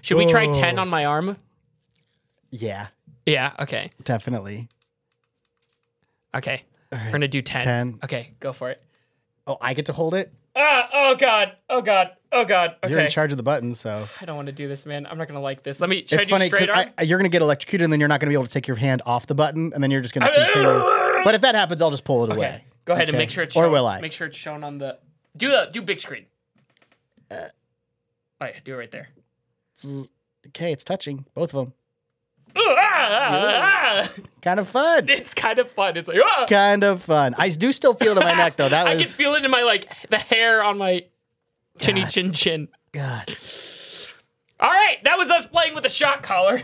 Speaker 2: Should we try
Speaker 3: Oh.
Speaker 2: ten on my arm?
Speaker 3: yeah,
Speaker 2: Yeah. Okay.
Speaker 3: definitely.
Speaker 2: Okay. We're gonna do ten.
Speaker 3: 10.
Speaker 2: Okay. Go for it.
Speaker 3: Oh, I get to hold it?
Speaker 2: Ah, oh god. Oh god. Oh god. Okay.
Speaker 3: You're in charge of the button, so.
Speaker 2: I don't want to do this, man. I'm not gonna like this. Let me. Should
Speaker 3: it's
Speaker 2: I do
Speaker 3: funny
Speaker 2: straight
Speaker 3: because
Speaker 2: arm?
Speaker 3: you're going to get electrocuted and then you're not going to be able to take your hand off the button and then you're just going to continue. but if that happens, I'll just pull it away.
Speaker 2: Go ahead and
Speaker 3: Okay.
Speaker 2: make sure it's
Speaker 3: Or
Speaker 2: shown.
Speaker 3: will I?
Speaker 2: Make sure it's shown on the. Do the do big screen.
Speaker 3: Uh.
Speaker 2: oh yeah, do it right there.
Speaker 3: Mm, Okay, it's touching both of them.
Speaker 2: Ooh, ah, ah, ah.
Speaker 3: Kind of fun.
Speaker 2: It's kind of fun. It's like ah.
Speaker 3: kind of fun. I do still feel it in my neck though. That
Speaker 2: I
Speaker 3: was
Speaker 2: can feel it in my like the hair on my chinny chin chin.
Speaker 3: God.
Speaker 2: All right, that was us playing with the shock collar.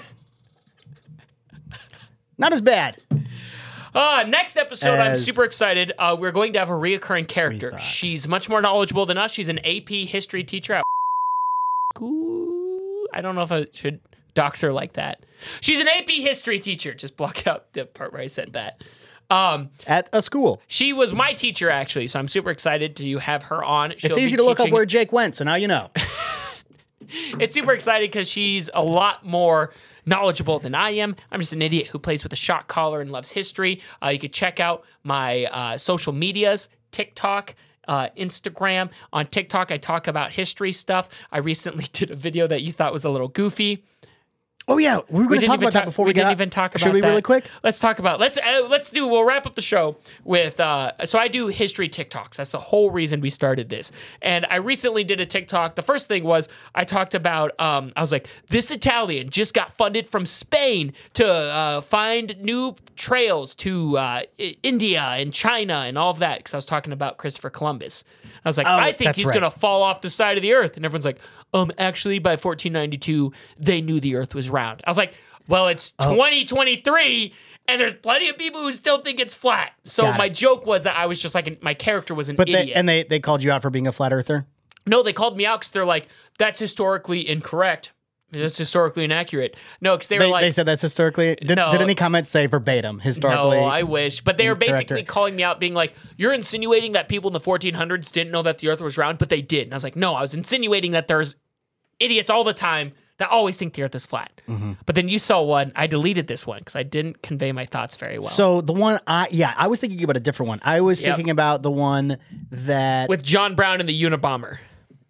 Speaker 3: Not as bad.
Speaker 2: Uh, next episode, I'm
Speaker 3: As-
Speaker 2: super excited. Uh, we're going to have a reoccurring character. She's much more knowledgeable than us. She's an AP history teacher at school. I don't know if I should dox her like that. She's an AP history teacher. Just block out the part where I said that. Um,
Speaker 3: At a school.
Speaker 2: she was my teacher actually, so I'm super excited to have her on. She'll
Speaker 3: It's
Speaker 2: be
Speaker 3: easy to look up
Speaker 2: teaching-
Speaker 3: where Jake went, so now you know.
Speaker 2: It's super exciting because she's a lot more knowledgeable than I am. I'm just an idiot who plays with a shot collar and loves history. Uh, you could check out my uh, social medias, TikTok. Uh, Instagram. On TikTok, I talk about history stuff. I recently did a video that you thought was a little goofy.
Speaker 3: Oh yeah, we were going to
Speaker 2: didn't
Speaker 3: talk
Speaker 2: even
Speaker 3: about that before we,
Speaker 2: didn't
Speaker 3: got out.
Speaker 2: even talk about
Speaker 3: Should we
Speaker 2: that.
Speaker 3: really quick?
Speaker 2: Let's talk about let's uh, let's do. We'll wrap up the show with. Uh, so I do history TikToks. That's the whole reason we started this. And I recently did a TikTok. The first thing was I talked about. Um, I was like, this Italian just got funded from Spain to uh, find new trails to uh, I- India and China and all of that. Because I was talking about Christopher Columbus. I was like, I think
Speaker 3: Oh, that's
Speaker 2: he's
Speaker 3: right.
Speaker 2: gonna fall off the side of the earth. And everyone's like, um, actually, by 1492, they knew the earth was round. I was like, well, it's
Speaker 3: Oh.
Speaker 2: 2023, and there's plenty of people who still think it's flat. So
Speaker 3: Got
Speaker 2: my
Speaker 3: it.
Speaker 2: joke was that I was just like, an, my character was an
Speaker 3: But
Speaker 2: idiot.
Speaker 3: they, and they they called you out for being a flat earther.
Speaker 2: No, they called me out because they're like, that's historically incorrect. That's historically inaccurate. No, because they,
Speaker 3: They,
Speaker 2: were like,
Speaker 3: they said that's historically. Did,
Speaker 2: No.
Speaker 3: did any comments say verbatim historically?
Speaker 2: No, I wish. But they were basically
Speaker 3: Incorrect.
Speaker 2: calling me out, being like, "You're insinuating that people in the 1400s didn't know that the Earth was round, but they did." And I was like, "No, I was insinuating that there's idiots all the time that always think the earth is flat.
Speaker 3: Mm-hmm.
Speaker 2: But then you saw one. I deleted this one because I didn't convey my thoughts very well.
Speaker 3: So the one I yeah, I was thinking about a different one. I was
Speaker 2: Yep.
Speaker 3: thinking about the one that
Speaker 2: with John Brown and the Unabomber.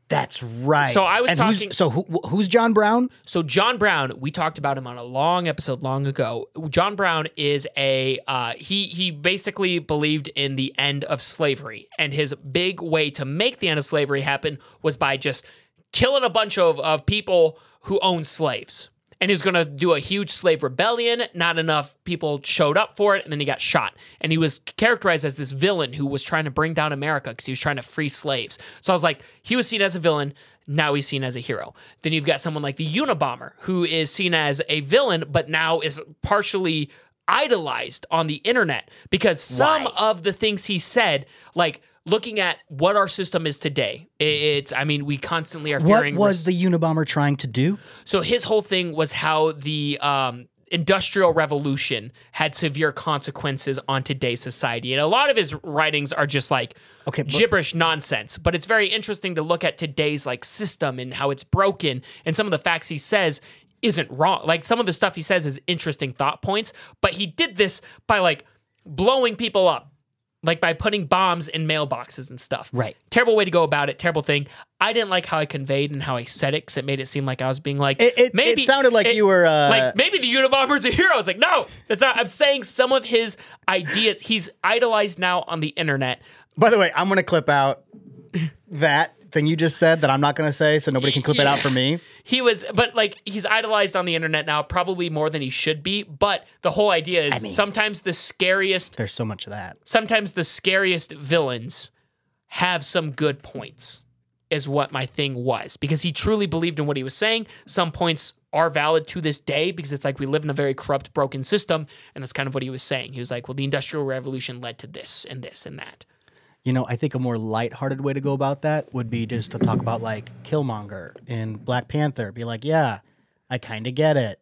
Speaker 3: that's right.
Speaker 2: So I was
Speaker 3: And who's-
Speaker 2: talking-
Speaker 3: so who, who's John Brown?
Speaker 2: So John Brown, we talked about him on a long episode long ago. John Brown is a uh, he he basically believed in the end of slavery, and his big way to make the end of slavery happen was by just killing a bunch of of people who owned slaves. And he was going to do a huge slave rebellion. Not enough people showed up for it, and then he got shot. And he was characterized as this villain who was trying to bring down America because he was trying to free slaves. So I was like, he was seen as a villain. Now he's seen as a hero. Then you've got someone like the Unabomber, who is seen as a villain, but now is partially idolized on the internet because some of the things he said, like looking at what our system is today, i- it's, I mean, we constantly are
Speaker 3: What
Speaker 2: fearing
Speaker 3: was
Speaker 2: rec-
Speaker 3: the Unabomber trying to do?
Speaker 2: so his whole thing was how the um, industrial revolution had severe consequences on today's society, and a lot of his writings are just like
Speaker 3: Okay, but-
Speaker 2: gibberish nonsense. But it's very interesting to look at today's like system and how it's broken, and some of the facts he says isn't wrong. Like some of the stuff he says is interesting thought points, but he did this by like blowing people up. Like by putting bombs in mailboxes and stuff
Speaker 3: Right.
Speaker 2: terrible way to go about it terrible thing i didn't like how i conveyed and how i said it because it made it seem like i was being like
Speaker 3: It, it,
Speaker 2: maybe
Speaker 3: it sounded like
Speaker 2: it-
Speaker 3: you were uh,
Speaker 2: like maybe the Unabomber's a hero. It's like no, that's not. I'm saying some of his ideas. He's idolized now on the internet.
Speaker 3: By the way, I'm going to clip out that thing you just said that I'm not going to say, so nobody can clip it out for me.
Speaker 2: He was, but like he's idolized on the internet now, probably more than he should be. But the whole idea is sometimes the scariest,
Speaker 3: There's so much of that.
Speaker 2: sometimes the scariest villains have some good points. Is what my thing was because he truly believed in what he was saying. Some points are valid to this day because it's like we live in a very corrupt, broken system, and that's kind of what he was saying. He was like, "Well, the Industrial Revolution led to this and this and that."
Speaker 3: You know, I think a more lighthearted way to go about that would be just to talk about like Killmonger in Black Panther. Be like, yeah, I kind of get it,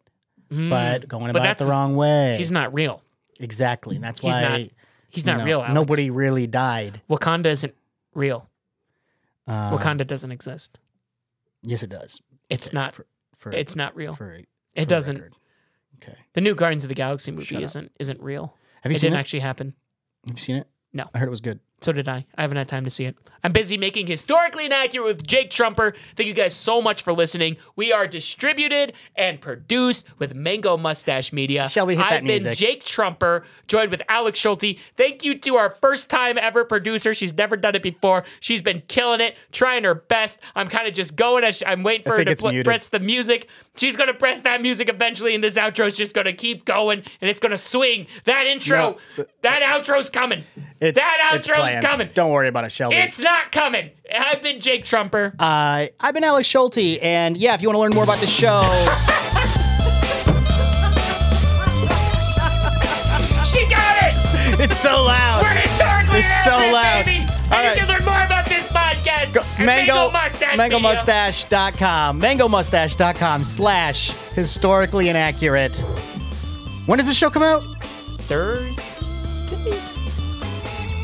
Speaker 3: but going about it the
Speaker 2: Mm. that's-
Speaker 3: wrong way.
Speaker 2: He's not real.
Speaker 3: exactly. And that's
Speaker 2: He's
Speaker 3: why
Speaker 2: not.
Speaker 3: you
Speaker 2: He's not
Speaker 3: know,
Speaker 2: real. Alex.
Speaker 3: Nobody really died.
Speaker 2: Wakanda isn't real.
Speaker 3: Uh,
Speaker 2: Wakanda doesn't exist.
Speaker 3: Yes, it does.
Speaker 2: It's not.
Speaker 3: for- For,
Speaker 2: it's not real.
Speaker 3: for- for
Speaker 2: it doesn't.
Speaker 3: record. Okay.
Speaker 2: The new Guardians of the Galaxy movie
Speaker 3: Shut up.
Speaker 2: isn't isn't real.
Speaker 3: Have you
Speaker 2: it
Speaker 3: seen
Speaker 2: didn't
Speaker 3: it?
Speaker 2: actually happen.
Speaker 3: Have you seen it?
Speaker 2: No.
Speaker 3: I heard it was good.
Speaker 2: So did I. I haven't had time to see it. I'm busy making historically inaccurate with Jake Trumper. Thank you guys so much for listening. We are distributed and produced with Mango Mustache Media.
Speaker 3: Shall we hit
Speaker 2: I've
Speaker 3: that
Speaker 2: been
Speaker 3: music?
Speaker 2: Jake Trumper, joined with Alex Schulte. Thank you to our first time ever producer. She's never done it before. She's been killing it, trying her best. I'm kind of just going as she- I'm waiting for her
Speaker 3: think
Speaker 2: to
Speaker 3: it's
Speaker 2: pl-
Speaker 3: muted.
Speaker 2: press the music. She's gonna press that music eventually, and this outro is just gonna keep going, and it's gonna swing. That intro, that outro's coming.
Speaker 3: It's,
Speaker 2: that
Speaker 3: it's
Speaker 2: outro's
Speaker 3: planned.
Speaker 2: coming.
Speaker 3: Don't worry about it, Shelby.
Speaker 2: It's not coming. I've been Jake Trumper.
Speaker 3: Uh, I've been Alex Schulte, and yeah, if you want to learn more about the show,
Speaker 2: she got it.
Speaker 3: it's so
Speaker 2: We're
Speaker 3: loud.
Speaker 2: historically
Speaker 3: It's so
Speaker 2: accurate,
Speaker 3: loud.
Speaker 2: Baby. and
Speaker 3: All
Speaker 2: you
Speaker 3: right.
Speaker 2: can learn more about this podcast.
Speaker 3: Go-
Speaker 2: at mango mustache.
Speaker 3: Mango
Speaker 2: Video.
Speaker 3: MangoMustache.com. MangoMustache.com slash historically inaccurate. When does this show come out?
Speaker 2: Thursdays.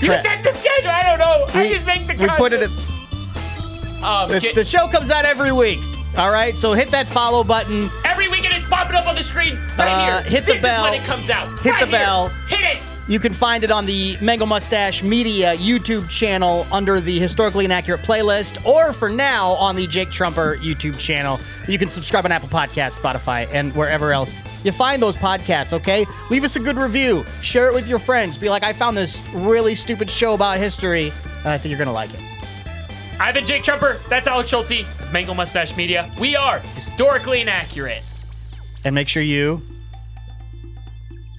Speaker 2: You
Speaker 3: Crap.
Speaker 2: set the schedule. I don't know. I just make the.
Speaker 3: We put it at,
Speaker 2: Um,
Speaker 3: the,
Speaker 2: get-
Speaker 3: the show comes out every week. All right, so hit that follow button.
Speaker 2: every weekend. It's popping up on the screen right
Speaker 3: Uh,
Speaker 2: here.
Speaker 3: hit the
Speaker 2: This
Speaker 3: bell.
Speaker 2: Is when it comes out.
Speaker 3: Hit
Speaker 2: Right
Speaker 3: the
Speaker 2: here.
Speaker 3: bell.
Speaker 2: Hit it.
Speaker 3: You can find it on the Mango Mustache Media YouTube channel under the Historically Inaccurate playlist, or for now on the Jake Trumper YouTube channel. You can subscribe on Apple Podcasts, Spotify, and wherever else you find those podcasts, okay? Leave us a good review, share it with your friends. Be like, I found this really stupid show about history, and I think you're gonna like it.
Speaker 2: I've been Jake Trumper. That's Alex Schulte of Mango Mustache Media. We are historically inaccurate.
Speaker 3: And make sure you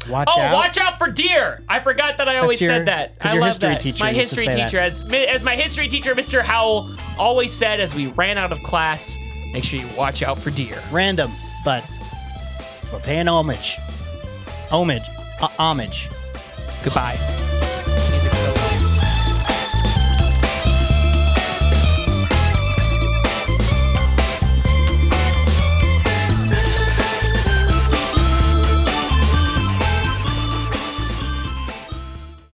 Speaker 3: watch
Speaker 2: Oh,
Speaker 3: out.
Speaker 2: watch out for deer! I forgot that I always
Speaker 3: your-
Speaker 2: said that.
Speaker 3: 'cause
Speaker 2: I
Speaker 3: your
Speaker 2: love
Speaker 3: history
Speaker 2: that.
Speaker 3: teacher
Speaker 2: my
Speaker 3: used to
Speaker 2: history
Speaker 3: say that.
Speaker 2: teacher, as as my history teacher, Mr. Howell, always said as we ran out of class, make sure you watch out for deer.
Speaker 3: Random, but we're paying homage. Homage. Uh, homage.
Speaker 2: Goodbye.